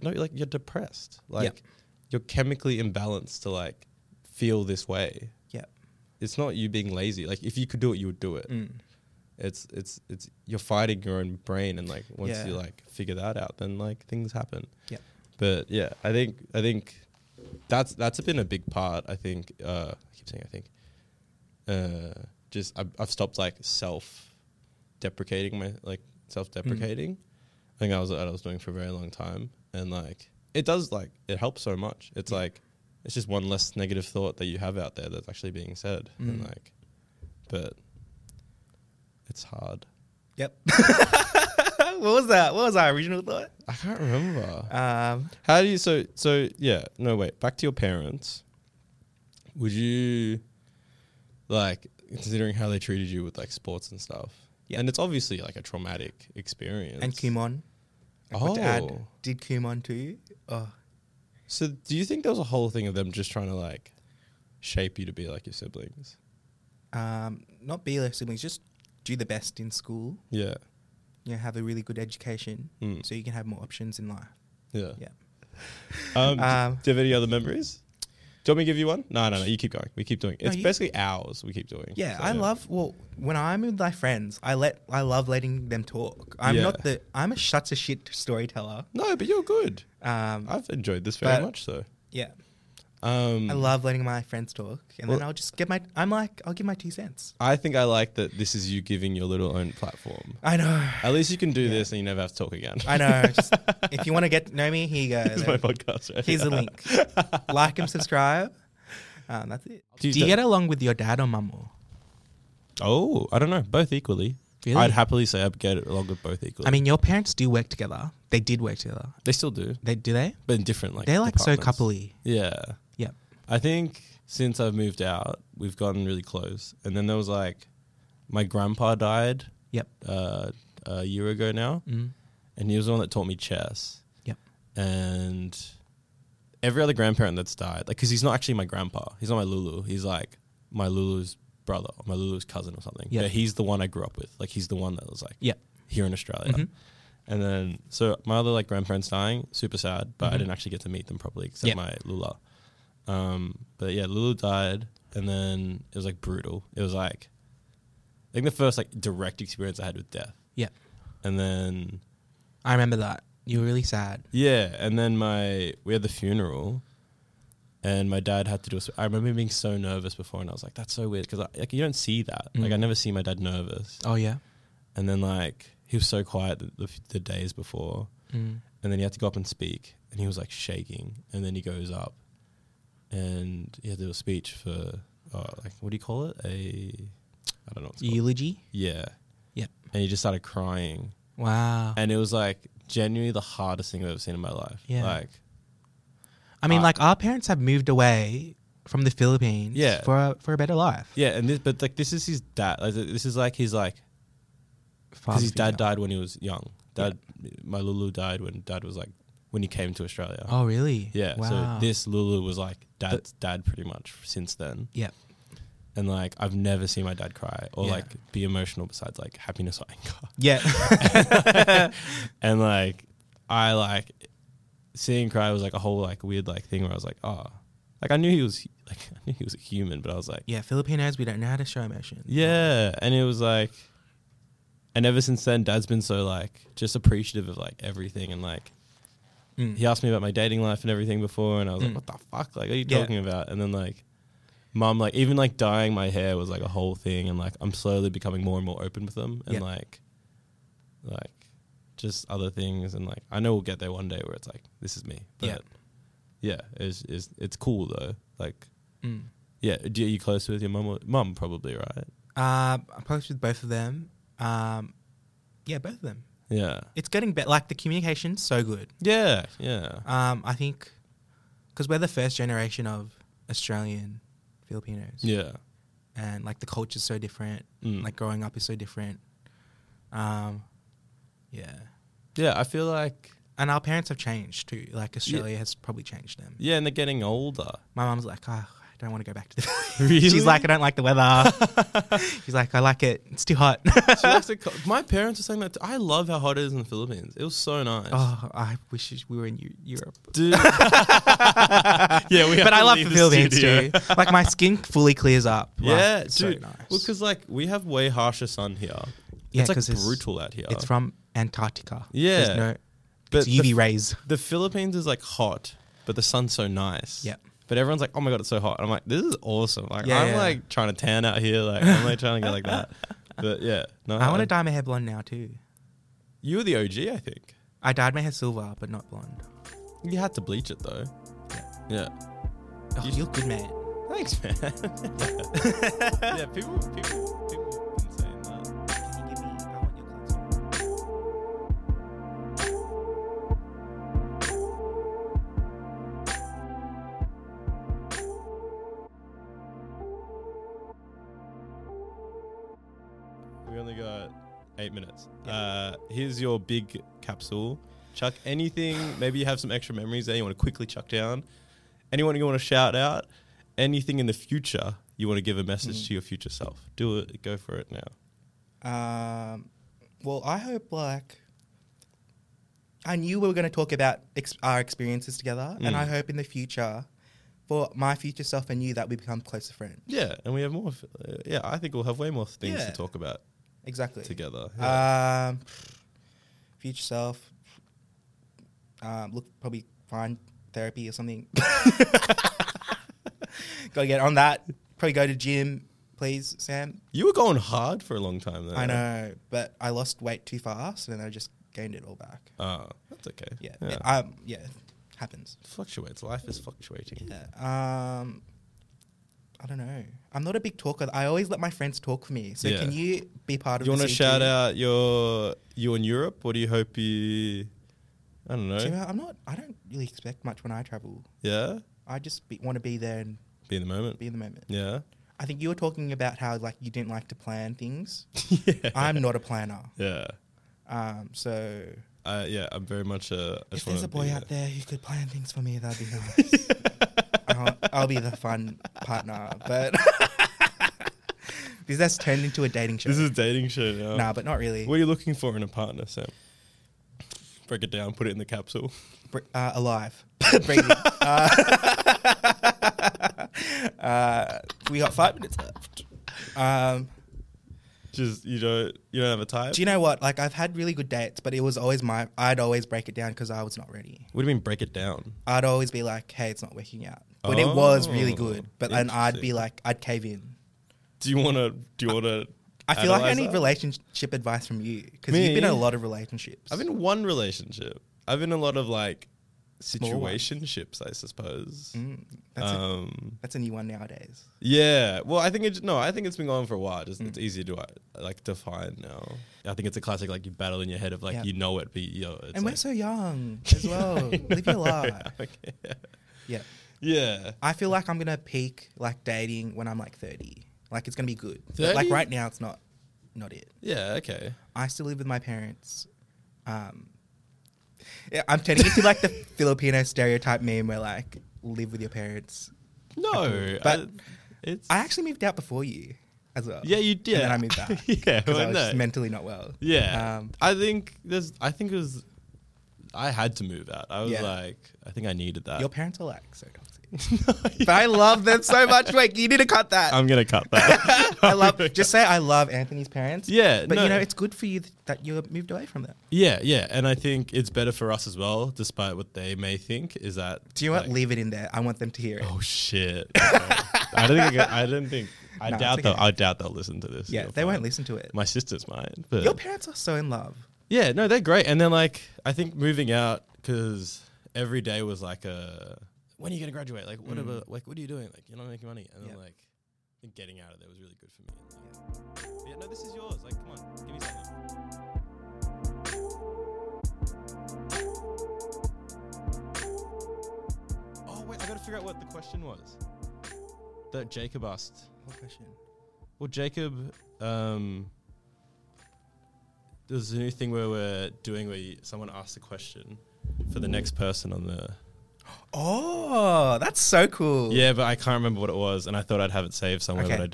Speaker 1: no, you're like you're depressed. Like you're chemically imbalanced to like feel this way.
Speaker 2: Yep.
Speaker 1: It's not you being lazy. Like if you could do it, you would do it.
Speaker 2: Mm.
Speaker 1: It's it's it's you're fighting your own brain and like once
Speaker 2: Yeah.
Speaker 1: you like figure that out, then like things happen.
Speaker 2: Yep.
Speaker 1: But yeah, I think I think that's that's been a big part. I think uh, I keep saying I think uh, just I've, I've stopped like self deprecating my like self deprecating. I think I was that I was doing for a very long time, and like it does like it helps so much. It's like it's just one less negative thought that you have out there that's actually being said, and
Speaker 3: Mm.
Speaker 1: like, but it's hard.
Speaker 2: Yep. what was that? What was our original thought?
Speaker 1: I can't remember.
Speaker 2: Um,
Speaker 1: How do you so so yeah, no wait, back to your parents. Would you like considering how they treated you with like sports and stuff?
Speaker 2: Yeah.
Speaker 1: And it's obviously like a traumatic experience.
Speaker 2: and Kumon. I forgot to add,
Speaker 1: Oh.
Speaker 2: did Kumon to you? Oh,
Speaker 1: So do you think there was a whole thing of them just trying to like shape you to be like your siblings?
Speaker 2: um, not be like siblings, just do the best in school.
Speaker 1: Yeah.
Speaker 2: You know, have a really good education
Speaker 1: Mm.
Speaker 2: so you can have more options in life.
Speaker 1: Yeah.
Speaker 2: Yeah.
Speaker 1: Um, d-
Speaker 2: Um,
Speaker 1: do you have any other memories? Do you want me to give you one? No, no, no. You keep going. We keep doing. It's
Speaker 2: you-
Speaker 1: basically ours. We keep doing.
Speaker 2: Yeah,
Speaker 1: So,
Speaker 2: I love well when I'm with my friends, I let I love letting them talk. I'm
Speaker 1: Yeah.
Speaker 2: not the I'm a shut to shit storyteller.
Speaker 1: No, but you're good.
Speaker 2: Um,
Speaker 1: I've enjoyed this very
Speaker 2: But-
Speaker 1: much, though.
Speaker 2: yeah,
Speaker 1: Um,
Speaker 2: I love letting my friends talk, and then
Speaker 1: Well-
Speaker 2: I'll just get my I'm like I'll give my two cents.
Speaker 1: I think I like that this is you giving your little own platform.
Speaker 2: I know,
Speaker 1: At least you can do this and you never have to talk again.
Speaker 2: I know. Just, if you want to get to know me, here you go.
Speaker 1: This is my podcast, right?
Speaker 2: Here's a link. like and subscribe. Um, that's it.
Speaker 1: Do you
Speaker 3: Do you
Speaker 1: th-
Speaker 3: get along with your dad or mum more?
Speaker 1: Oh, I don't know. Both equally.
Speaker 3: Really?
Speaker 1: I'd happily say I get along with both equally.
Speaker 3: I mean, your parents do work together. They did work together.
Speaker 1: they still do,
Speaker 3: They do they?
Speaker 1: but in different like.
Speaker 3: They're like so
Speaker 1: departments.
Speaker 3: coupley.
Speaker 1: Yeah,
Speaker 3: Yep.
Speaker 1: I think since I've moved out, we've gotten really close. And then there was like, my grandpa died
Speaker 3: Yep.
Speaker 1: uh, a year ago now,
Speaker 3: Mm.
Speaker 1: and he was the one that taught me chess.
Speaker 3: Yep.
Speaker 1: and every other grandparent that's died, like, because he's not actually my grandpa. He's not my Lulu. He's like my Lulu's brother, or my Lulu's cousin, or something.
Speaker 3: Yeah.
Speaker 1: But he's the one I grew up with. Like, he's the one that was like,
Speaker 3: Yeah.
Speaker 1: here in Australia.
Speaker 3: Mhm.
Speaker 1: And then, so my other like grandparents dying, super sad. But I
Speaker 3: Mhm.
Speaker 1: didn't actually get to meet them properly except
Speaker 3: Yeah.
Speaker 1: my Lula. Um, but yeah, Lulu died, and then it was like brutal. It was like, I think the first like direct experience I had with death.
Speaker 3: Yeah.
Speaker 1: And then
Speaker 3: I remember that. You were really sad.
Speaker 1: yeah, and then my we had the funeral, and my dad had to do. A, sw- I remember being so nervous before, and I was like, "That's so weird," because like you don't see that. Like
Speaker 3: Mm.
Speaker 1: I never see my dad nervous,
Speaker 3: Oh yeah.
Speaker 1: and then like he was so quiet the, the, f- the days before,
Speaker 3: Mm.
Speaker 1: and then he had to go up and speak, and he was like shaking, and then he goes up, and he had to do a speech for uh, like what do you call it? A I don't know. What it's called.
Speaker 3: Eulogy.
Speaker 1: Yeah.
Speaker 3: Yep.
Speaker 1: And he just started crying,
Speaker 3: Wow.
Speaker 1: and it was like genuinely the hardest thing I've ever seen in my life.
Speaker 3: Yeah.
Speaker 1: Like.
Speaker 3: I mean,
Speaker 1: I-
Speaker 3: like our parents have moved away from the Philippines.
Speaker 1: Yeah.
Speaker 3: For a, for a better life.
Speaker 1: Yeah, and this, but like this is his dad. Like, this is like his like
Speaker 3: Father
Speaker 1: because his dad
Speaker 3: figure.
Speaker 1: died when he was young. Dad, my Lulu died when dad was like when he came to Australia.
Speaker 3: Oh really?
Speaker 1: yeah.
Speaker 3: Wow.
Speaker 1: So this Lulu was like dad's dad pretty much since then,
Speaker 3: Yep.
Speaker 1: and like I've never seen my dad cry or
Speaker 3: Yeah.
Speaker 1: like be emotional besides like happiness or anger.
Speaker 3: Yeah.
Speaker 1: and like I like seeing cry was like a whole like weird like thing where I was like, oh, like I knew he was like I knew he was a human, but I was like.
Speaker 3: yeah. Filipinos, we don't know how to show emotion.
Speaker 1: Yeah, and it was like, and ever since then, Dad's been so like just appreciative of like everything, and like
Speaker 3: Mm.
Speaker 1: he asked me about my dating life and everything before, and I was
Speaker 3: Mm.
Speaker 1: like, what the fuck, like, are you
Speaker 3: Yeah.
Speaker 1: talking about? And then like, mom, like even like dyeing my hair was like a whole thing, and like I'm slowly becoming more and more open with them, and
Speaker 3: Yeah.
Speaker 1: like, like just other things, and like I know we'll get there one day where it's like this is me, but
Speaker 3: Yeah.
Speaker 1: yeah, it's it's it's cool though, like.
Speaker 3: Mm.
Speaker 1: Yeah, do you, are you close with your mum? or- Mum probably, right?
Speaker 3: Um, I'm close with both of them. Um, yeah, both of them.
Speaker 1: Yeah.
Speaker 3: It's getting better. Like the communication's so good.
Speaker 1: Yeah, yeah,
Speaker 3: Um, I think because we're the first generation of Australian Filipinos,
Speaker 1: yeah.
Speaker 3: and like the culture's so different.
Speaker 1: Mm.
Speaker 3: Like growing up is so different. Um, yeah,
Speaker 1: yeah, I feel like
Speaker 3: and our parents have changed too. Like Australia has probably changed them.
Speaker 1: yeah, and they're getting older.
Speaker 3: My mom's like, oh, I don't want to go back to the.
Speaker 1: Really?
Speaker 3: She's like, I don't like the weather. She's like, I like it. It's too hot.
Speaker 1: She likes to co- my parents are saying that. Too. I love how hot it is in the Philippines. It was so nice.
Speaker 3: Oh, I wish we were in Eu- Europe.
Speaker 1: Dude. yeah, we. have
Speaker 3: but I
Speaker 1: to
Speaker 3: love
Speaker 1: leave
Speaker 3: the Philippines
Speaker 1: studio.
Speaker 3: too. Like my skin fully clears up. Like,
Speaker 1: Yeah,
Speaker 3: it's
Speaker 1: dude.
Speaker 3: So nice.
Speaker 1: Well, because like we have way harsher sun here.
Speaker 3: Yeah,
Speaker 1: it's like
Speaker 3: 'cause it's-
Speaker 1: brutal out here.
Speaker 3: it's from Antarctica.
Speaker 1: Yeah.
Speaker 3: There's no
Speaker 1: But
Speaker 3: It's UV
Speaker 1: the,
Speaker 3: rays.
Speaker 1: the Philippines is like hot, but the sun's so nice.
Speaker 3: Yeah.
Speaker 1: But everyone's like, "Oh my god, it's so hot!" I'm like, "This is awesome!" Like
Speaker 3: Yeah,
Speaker 1: I'm
Speaker 3: yeah.
Speaker 1: like trying to tan out here. Like I'm like trying to get like that. But yeah, no.
Speaker 3: I want to
Speaker 1: I'm-
Speaker 3: dye my hair blonde now too.
Speaker 1: You were the OG, I think.
Speaker 3: I dyed my hair silver, but not blonde.
Speaker 1: You had to bleach it though. Yeah.
Speaker 3: Oh,
Speaker 1: You-
Speaker 3: you look good, man.
Speaker 1: Thanks, man. yeah, people, people, people have been saying that.
Speaker 3: Can you give me? I want your clothes.
Speaker 1: We only got eight minutes. Uh, here's your big capsule. Chuck anything. Maybe you have some extra memories there you want to quickly chuck down. Anyone you want to shout out? Anything in the future you want to give a message
Speaker 2: Hmm.
Speaker 1: to your future self? Do it. Go for it now.
Speaker 2: Um, well, I hope like I knew we were going to talk about ex- our experiences together,
Speaker 1: Mm.
Speaker 2: and I hope in the future, for my future self and you, that we become closer friends.
Speaker 1: Yeah, and we have more. f- Uh, yeah, I think we'll have way more things
Speaker 2: Yeah.
Speaker 1: to talk about
Speaker 2: Exactly.
Speaker 1: together. Yeah.
Speaker 2: Um, future self, um, look probably find therapy or something. Gotta get on that. Probably go to gym, please, Sam.
Speaker 1: you were going hard for a long time there.
Speaker 2: I know, but I lost weight too fast, and then I just gained it all back.
Speaker 1: Ah, that's okay.
Speaker 2: Yeah,
Speaker 1: yeah.
Speaker 2: yeah. Um, yeah, happens.
Speaker 1: fluctuates. Life is fluctuating.
Speaker 2: Yeah. Um, I don't know. I'm not a big talker. I always let my friends talk for me. So
Speaker 1: Yeah.
Speaker 2: can you be part of?
Speaker 1: You want to
Speaker 2: this
Speaker 1: shout
Speaker 2: EQ?
Speaker 1: out your you in Europe? What do you hope you? I don't
Speaker 2: Do you
Speaker 1: know.
Speaker 2: know, I'm not. I don't really expect much when I travel.
Speaker 1: Yeah,
Speaker 2: I just be, want to be there and
Speaker 1: be in the moment.
Speaker 2: be in the moment.
Speaker 1: Yeah,
Speaker 2: I think you were talking about how like you didn't like to plan things.
Speaker 1: yeah.
Speaker 2: I'm not a planner.
Speaker 1: yeah,
Speaker 2: Um, so
Speaker 1: uh, yeah. I'm very much a. I
Speaker 2: if
Speaker 1: just
Speaker 2: there's
Speaker 1: wanna
Speaker 2: a boy
Speaker 1: be
Speaker 2: out there who could plan things for me, that'd be nice. I'll, I'll be the fun partner, but because that's turned into a dating show.
Speaker 1: This is a dating show now.
Speaker 2: nah, but not really.
Speaker 1: What are you looking for in a partner, Sam? Break it down. Put it in the capsule.
Speaker 2: Br- uh, alive, breathing. Uh, uh, we got five minutes left. Um,
Speaker 1: Just you don't you don't have a type.
Speaker 2: do you know what? Like I've had really good dates, but it was always my. I'd always break it down because I was not ready.
Speaker 1: what do you mean break it down?
Speaker 2: I'd always be like, "Hey, it's not working out," when it was really
Speaker 1: Oh,
Speaker 2: good. But then I'd be
Speaker 1: interesting.
Speaker 2: like, "I'd cave in."
Speaker 1: Do you want to? Do you want to?
Speaker 2: I feel like I need
Speaker 1: relationship.
Speaker 2: relationship advice from you because
Speaker 1: Me?
Speaker 2: you've been in a lot of relationships.
Speaker 1: I've been in one relationship. I've been in a lot of like
Speaker 2: Small ones.
Speaker 1: situationships, I suppose.
Speaker 2: Mm, that's, a,
Speaker 1: Um,
Speaker 2: that's a new one nowadays.
Speaker 1: Yeah. Well, I think it. No, I think it's been going for a while. Just,
Speaker 2: Mm.
Speaker 1: It's easier to uh, like define now. I think it's a classic like you battle in your head of like
Speaker 2: Yeah.
Speaker 1: you know it, but you know, it's
Speaker 2: And we're
Speaker 1: like-
Speaker 2: so young as well. Live your life.
Speaker 1: Okay.
Speaker 2: Yeah.
Speaker 1: yeah.
Speaker 2: I feel like I'm gonna peak like dating when I'm like 30. Like it's gonna be good. But,
Speaker 1: 30?
Speaker 2: Like right now, it's not, not it.
Speaker 1: Yeah. Okay.
Speaker 2: I still live with my parents. Um, yeah, I'm turning into like the Filipino stereotype meme where like live with your parents.
Speaker 1: No,
Speaker 2: But
Speaker 1: I, it's.
Speaker 2: I actually moved out before you as well.
Speaker 1: yeah, you did.
Speaker 2: And then I moved back
Speaker 1: yeah.
Speaker 2: because
Speaker 1: well,
Speaker 2: I was
Speaker 1: no.
Speaker 2: just mentally not well.
Speaker 1: Yeah.
Speaker 2: Um,
Speaker 1: I think there's. I think it was. I had to move out. I was
Speaker 2: Yeah.
Speaker 1: like, I think I needed that.
Speaker 2: your parents are like so toxic.
Speaker 1: No,
Speaker 2: But I love them so much. Wait, you need to cut that.
Speaker 1: I'm gonna cut that.
Speaker 2: I love. Just say I love Anthony's parents.
Speaker 1: Yeah,
Speaker 2: but
Speaker 1: no.
Speaker 2: you know it's good for you th- that you have moved away from them.
Speaker 1: yeah, yeah, and I think it's better for us as well, despite what they may think. Is that
Speaker 2: Do you know what?
Speaker 1: like-
Speaker 2: Leave it in there. I want them to hear it.
Speaker 1: Oh shit! I don't think. I, I don't think. I
Speaker 2: No,
Speaker 1: doubt
Speaker 2: it's okay.
Speaker 1: they'll. I doubt they'll listen to this.
Speaker 2: yeah,
Speaker 1: You're
Speaker 2: they
Speaker 1: fine.
Speaker 2: won't listen to it.
Speaker 1: My sisters might, but
Speaker 2: Your parents are so in love.
Speaker 1: yeah, no, they're great. And then like, I think moving out because every day was like a. When are you gonna graduate? Like, what?
Speaker 2: Mm.
Speaker 1: About, like, what are you doing? Like, you're not making money. And then
Speaker 2: Yeah.
Speaker 1: like, I think getting out of there was really good for me. But yeah, no, this is yours. Like, come on, give me something. Oh wait, I gotta figure out what the question was. That Jacob asked.
Speaker 2: What question?
Speaker 1: Well, Jacob, um, there's a new thing where we're doing where you, someone asks a question for the next person on the.
Speaker 2: Oh, that's so cool.
Speaker 1: Yeah, but I can't remember what it was, and I thought I'd have it saved somewhere, but
Speaker 2: Okay.
Speaker 1: I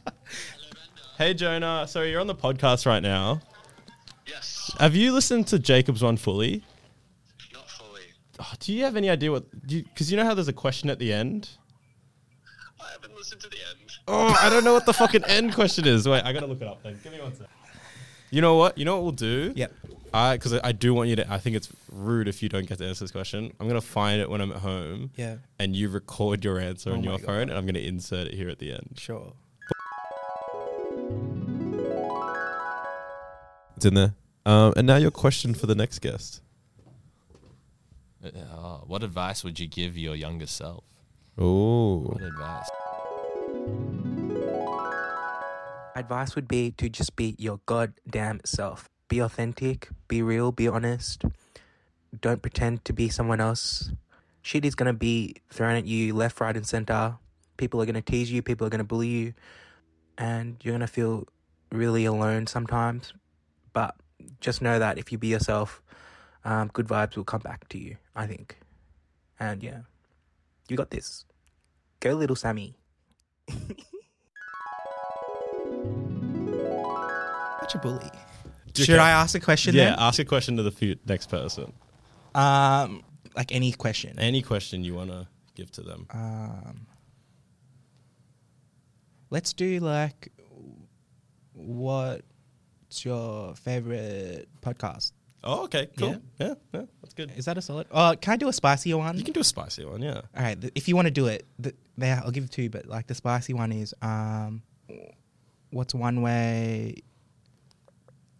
Speaker 1: don't. hey, Jonah. Sorry, you're on the podcast right now.
Speaker 4: Yes,
Speaker 1: Have you listened to Jacob's one fully?
Speaker 4: not fully.
Speaker 1: Oh, do you have any idea what? Because you, know how there's a question at the end.
Speaker 4: I haven't listened to the end.
Speaker 1: Oh, I don't know what the fucking end question is. Wait, I gotta look it up. Then give me one sec. You know what? You know what we'll do?
Speaker 3: Yep.
Speaker 1: I because I do want you to. I think it's rude if you don't get to answer this question. I'm gonna find it when I'm at home.
Speaker 2: Yeah.
Speaker 1: And you record your answer on
Speaker 2: my
Speaker 1: your
Speaker 2: God.
Speaker 1: phone, and I'm gonna insert it here at the end.
Speaker 2: Sure.
Speaker 1: It's in there. Um, and now your question for the next guest.
Speaker 5: Oh, what advice would you give your younger self?
Speaker 1: Oh,
Speaker 5: What advice?
Speaker 3: Advice would be to just be your goddamn self. Be authentic, be real, be honest. Don't pretend to be someone else. Shit is gonna be thrown at you left, right, and center. People are gonna tease you, people are gonna bully you, and you're gonna feel really alone sometimes. But just know that if you be yourself, um, good vibes will come back to you, I think. And yeah, you got this. Go, little Sammy.
Speaker 2: Such a bully.
Speaker 3: Should I ask a question
Speaker 1: yeah. Ask a question to the few, next person.
Speaker 3: then? Um, like any question.
Speaker 1: Any question you wanna give to them.
Speaker 2: Um, let's do like, what's your favorite podcast?
Speaker 1: Oh, okay, cool. Yeah, yeah, that's good.
Speaker 2: Is that a solid? Oh, can I do a spicy one?
Speaker 1: You can do a spicy one, yeah.
Speaker 2: All right, th- if you want to do it, th- there I'll give you two. But like the spicy one is, um, what's one way?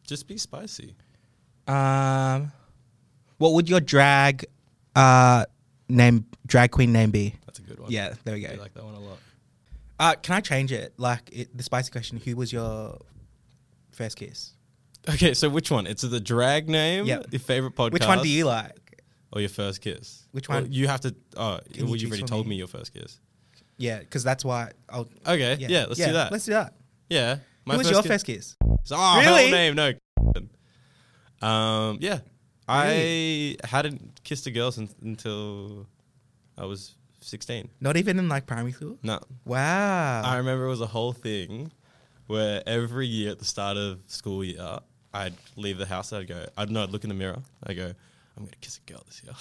Speaker 1: Just be spicy.
Speaker 2: Um, what would your drag, uh, name drag queen name be?
Speaker 1: That's a good one.
Speaker 2: Yeah, there we
Speaker 1: I
Speaker 2: go.
Speaker 1: like that one a lot.
Speaker 2: Uh, can I change it? Like it, the spicy question: Who was your first kiss?
Speaker 1: Okay, so which one? It's the drag name.
Speaker 2: Yep.
Speaker 1: Your favorite podcast.
Speaker 2: Which one do you like?
Speaker 1: Or your first kiss?
Speaker 2: Which
Speaker 1: Well,
Speaker 2: one?
Speaker 1: you have to. Oh,
Speaker 2: Can
Speaker 1: well,
Speaker 2: you
Speaker 1: you've
Speaker 2: choose
Speaker 1: already
Speaker 2: for
Speaker 1: told me.
Speaker 2: me?
Speaker 1: your first kiss.
Speaker 2: Yeah, because that's why I'll.
Speaker 1: Okay. Yeah. let's do that.
Speaker 2: Let's do that.
Speaker 1: yeah.
Speaker 2: Who was your first kiss?
Speaker 1: kiss? Oh, hell
Speaker 2: Really?
Speaker 1: name no. Um. Yeah. I hadn't kissed a girl since until I was sixteen.
Speaker 2: Not even in like primary school.
Speaker 1: No.
Speaker 2: Wow.
Speaker 1: I remember it was a whole thing where every year at the start of school year, I'd leave the house. I'd go. I'd no. I'd look in the mirror. I go. I'm gonna kiss a girl this year.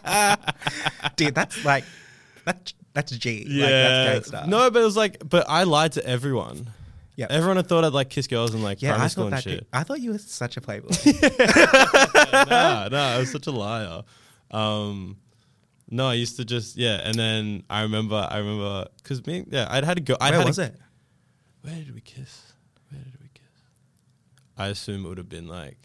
Speaker 2: dude, that's like, that's that's G.
Speaker 1: Yeah.
Speaker 2: like, that's gangsta.
Speaker 1: no, but it was like, but I lied to everyone.
Speaker 2: Yeah.
Speaker 1: Everyone had thought I'd like kiss girls and like
Speaker 2: Yeah,
Speaker 1: primary
Speaker 2: I
Speaker 1: school
Speaker 2: thought
Speaker 1: and
Speaker 2: that.
Speaker 1: shit.
Speaker 2: Dude, I thought you were such a playboy.
Speaker 1: nah, nah, I was such a liar. Um, no, I used to just yeah, and then I remember, I remember because me, yeah, I'd had a go. I
Speaker 2: Where
Speaker 1: had
Speaker 2: was
Speaker 1: a,
Speaker 2: it?
Speaker 1: Where did we kiss? Where did we kiss? I assume it would have been like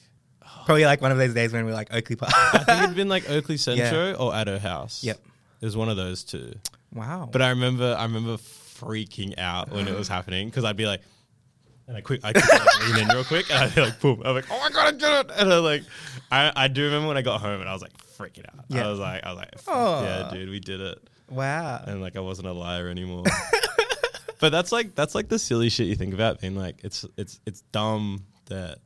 Speaker 2: Probably like one of those days when we we're like Oakley Park.
Speaker 1: I think it'd been like Oakley Centro or Addo House.
Speaker 2: Yep.
Speaker 1: it was one of those two.
Speaker 2: wow.
Speaker 1: But I remember, I remember freaking out when it was happening because I'd be like, and I quick, I quick, like, lean in real quick, and I'd be like, boom. I'm like, oh my god, I did it! And I like, I, I do remember when I got home and I was like freaking out. I
Speaker 2: Yeah. Oh.
Speaker 1: was like, I was like, fuck
Speaker 2: Aw.
Speaker 1: yeah, dude, we did it,
Speaker 2: wow.
Speaker 1: and like I wasn't a liar anymore. but that's like that's like the silly shit you think about being like, it's it's it's dumb that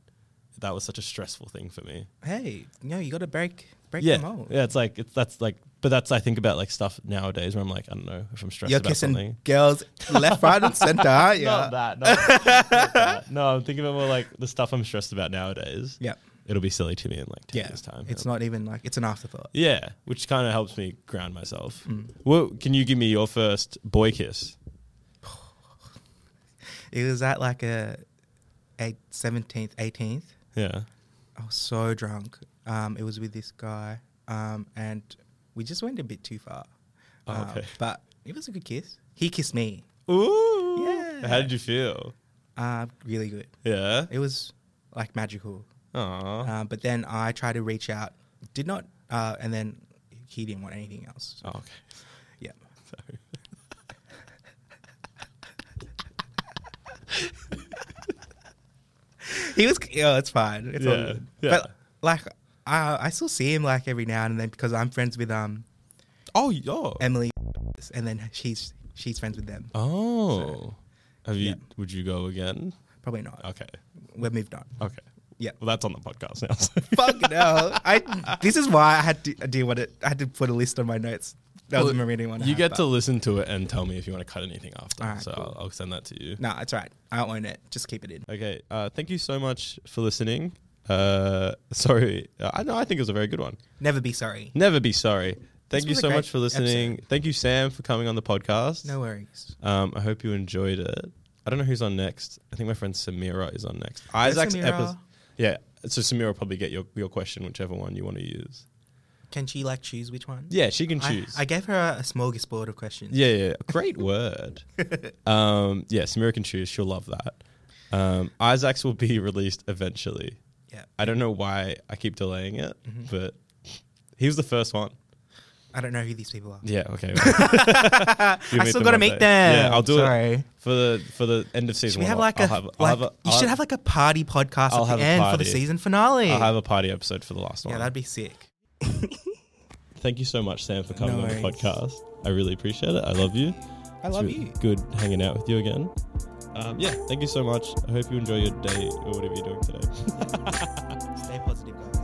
Speaker 1: that was such a stressful thing for me.
Speaker 2: Hey, no, you got to break break
Speaker 1: Yeah,
Speaker 2: the mold.
Speaker 1: yeah, it's like it's that's like. But that's I think about like stuff nowadays where I'm like I don't know if I'm stressed
Speaker 2: You're
Speaker 1: about
Speaker 2: kissing
Speaker 1: something.
Speaker 2: girls left, right, and center, aren't you?
Speaker 1: Not that. Not, not that. No, I'm thinking about more like the stuff I'm stressed about nowadays.
Speaker 2: Yep.
Speaker 1: It'll be silly to me in like 10
Speaker 2: Yeah.
Speaker 1: years' time.
Speaker 2: It's not even like it's an afterthought.
Speaker 1: Yeah, which kind of helps me ground myself.
Speaker 2: Mm.
Speaker 1: Well, can you give me your first boy kiss?
Speaker 2: It was at like a, a 17th, 18th.
Speaker 1: Yeah.
Speaker 2: I was so drunk. Um, it was with this guy, um, and we just went a bit too far.
Speaker 1: Oh,
Speaker 2: Um,
Speaker 1: okay.
Speaker 2: But it was a good kiss. He kissed me.
Speaker 1: Ooh.
Speaker 2: Yeah.
Speaker 1: How did you feel?
Speaker 2: Uh, really good.
Speaker 1: Yeah.
Speaker 2: It was like magical.
Speaker 1: Aw.
Speaker 2: Um, but then I tried to reach out, did not, uh, and then he didn't want anything else.
Speaker 1: oh, okay.
Speaker 2: Yeah.
Speaker 1: Sorry.
Speaker 2: He was, oh, it's fine. It's all
Speaker 1: Yeah,
Speaker 2: good.
Speaker 1: yeah.
Speaker 2: But like, I, I still see him like every now and then because I'm friends with um
Speaker 1: Oh, yo.
Speaker 2: Emily, and then she's she's friends with them.
Speaker 1: oh. Have you?
Speaker 2: yeah.
Speaker 1: Would you go again?
Speaker 2: Probably not.
Speaker 1: Okay. Oh.
Speaker 2: We're moved on.
Speaker 1: Okay.
Speaker 2: Yeah.
Speaker 1: Well, that's on the podcast now. so-
Speaker 2: Fuck no. I this is why I had to I do what it I had to put a list on my notes. That was a
Speaker 1: Well,
Speaker 2: Meridian one. I
Speaker 1: You
Speaker 2: had,
Speaker 1: get
Speaker 2: but-
Speaker 1: to listen to it and tell me if you want to cut anything after.
Speaker 2: Alright,
Speaker 1: so
Speaker 2: cool.
Speaker 1: I'll, I'll send that to you.
Speaker 2: No, it's all right. I own it. Just keep it in.
Speaker 1: Okay. Uh, thank you so much for listening. Uh, sorry. Uh, I know. I think it was a very good one.
Speaker 2: Never be sorry.
Speaker 1: Never be sorry.
Speaker 2: This
Speaker 1: Thank you
Speaker 2: was a
Speaker 1: so
Speaker 2: great
Speaker 1: much for listening. Thank you, Sam, for coming on the podcast.
Speaker 2: No worries.
Speaker 1: Um, I hope you enjoyed it. I don't know who's on next. I think my friend Samira is on next. Isaac's episode.
Speaker 2: Samira.
Speaker 1: Yeah. So Samira will probably get your, your question, whichever one you want to use.
Speaker 2: Can she like choose which one?
Speaker 1: Yeah, she can
Speaker 2: I-
Speaker 1: choose.
Speaker 2: I, gave her a, a smorgasbord of questions.
Speaker 1: yeah, yeah, yeah. Great word. Um, yeah, Samira can choose. She'll love that. Um, Isaac's will be released eventually.
Speaker 2: Yeah.
Speaker 1: I don't know why I keep delaying it,
Speaker 2: Mm-hmm.
Speaker 1: but he was the first one.
Speaker 2: I don't know who these people are.
Speaker 1: Yeah. Okay.
Speaker 2: I still gotta make them.
Speaker 1: Yeah, I'll do it
Speaker 2: Sorry.
Speaker 1: for the for the end of
Speaker 2: Should
Speaker 1: season.
Speaker 2: we have
Speaker 1: one,
Speaker 2: like
Speaker 1: I'll
Speaker 2: a,
Speaker 1: have, I'll
Speaker 2: like-
Speaker 1: have a-
Speaker 2: you
Speaker 1: I'll
Speaker 2: should have like a party podcast
Speaker 1: I'll
Speaker 2: at
Speaker 1: have
Speaker 2: the
Speaker 1: a
Speaker 2: end for the
Speaker 1: party.
Speaker 2: season finale.
Speaker 1: I'll have a party episode for the last one.
Speaker 2: yeah, that'd be sick.
Speaker 1: Thank you so much, Sam, for coming
Speaker 2: No
Speaker 1: on the
Speaker 2: worries.
Speaker 1: podcast. I really appreciate it. I love you.
Speaker 2: I
Speaker 1: It's
Speaker 2: love
Speaker 1: really
Speaker 2: you.
Speaker 1: Good hanging out with you again. Um, yeah, thank you so much. I hope you enjoy your day or whatever you're doing today.
Speaker 2: Stay positive, guys.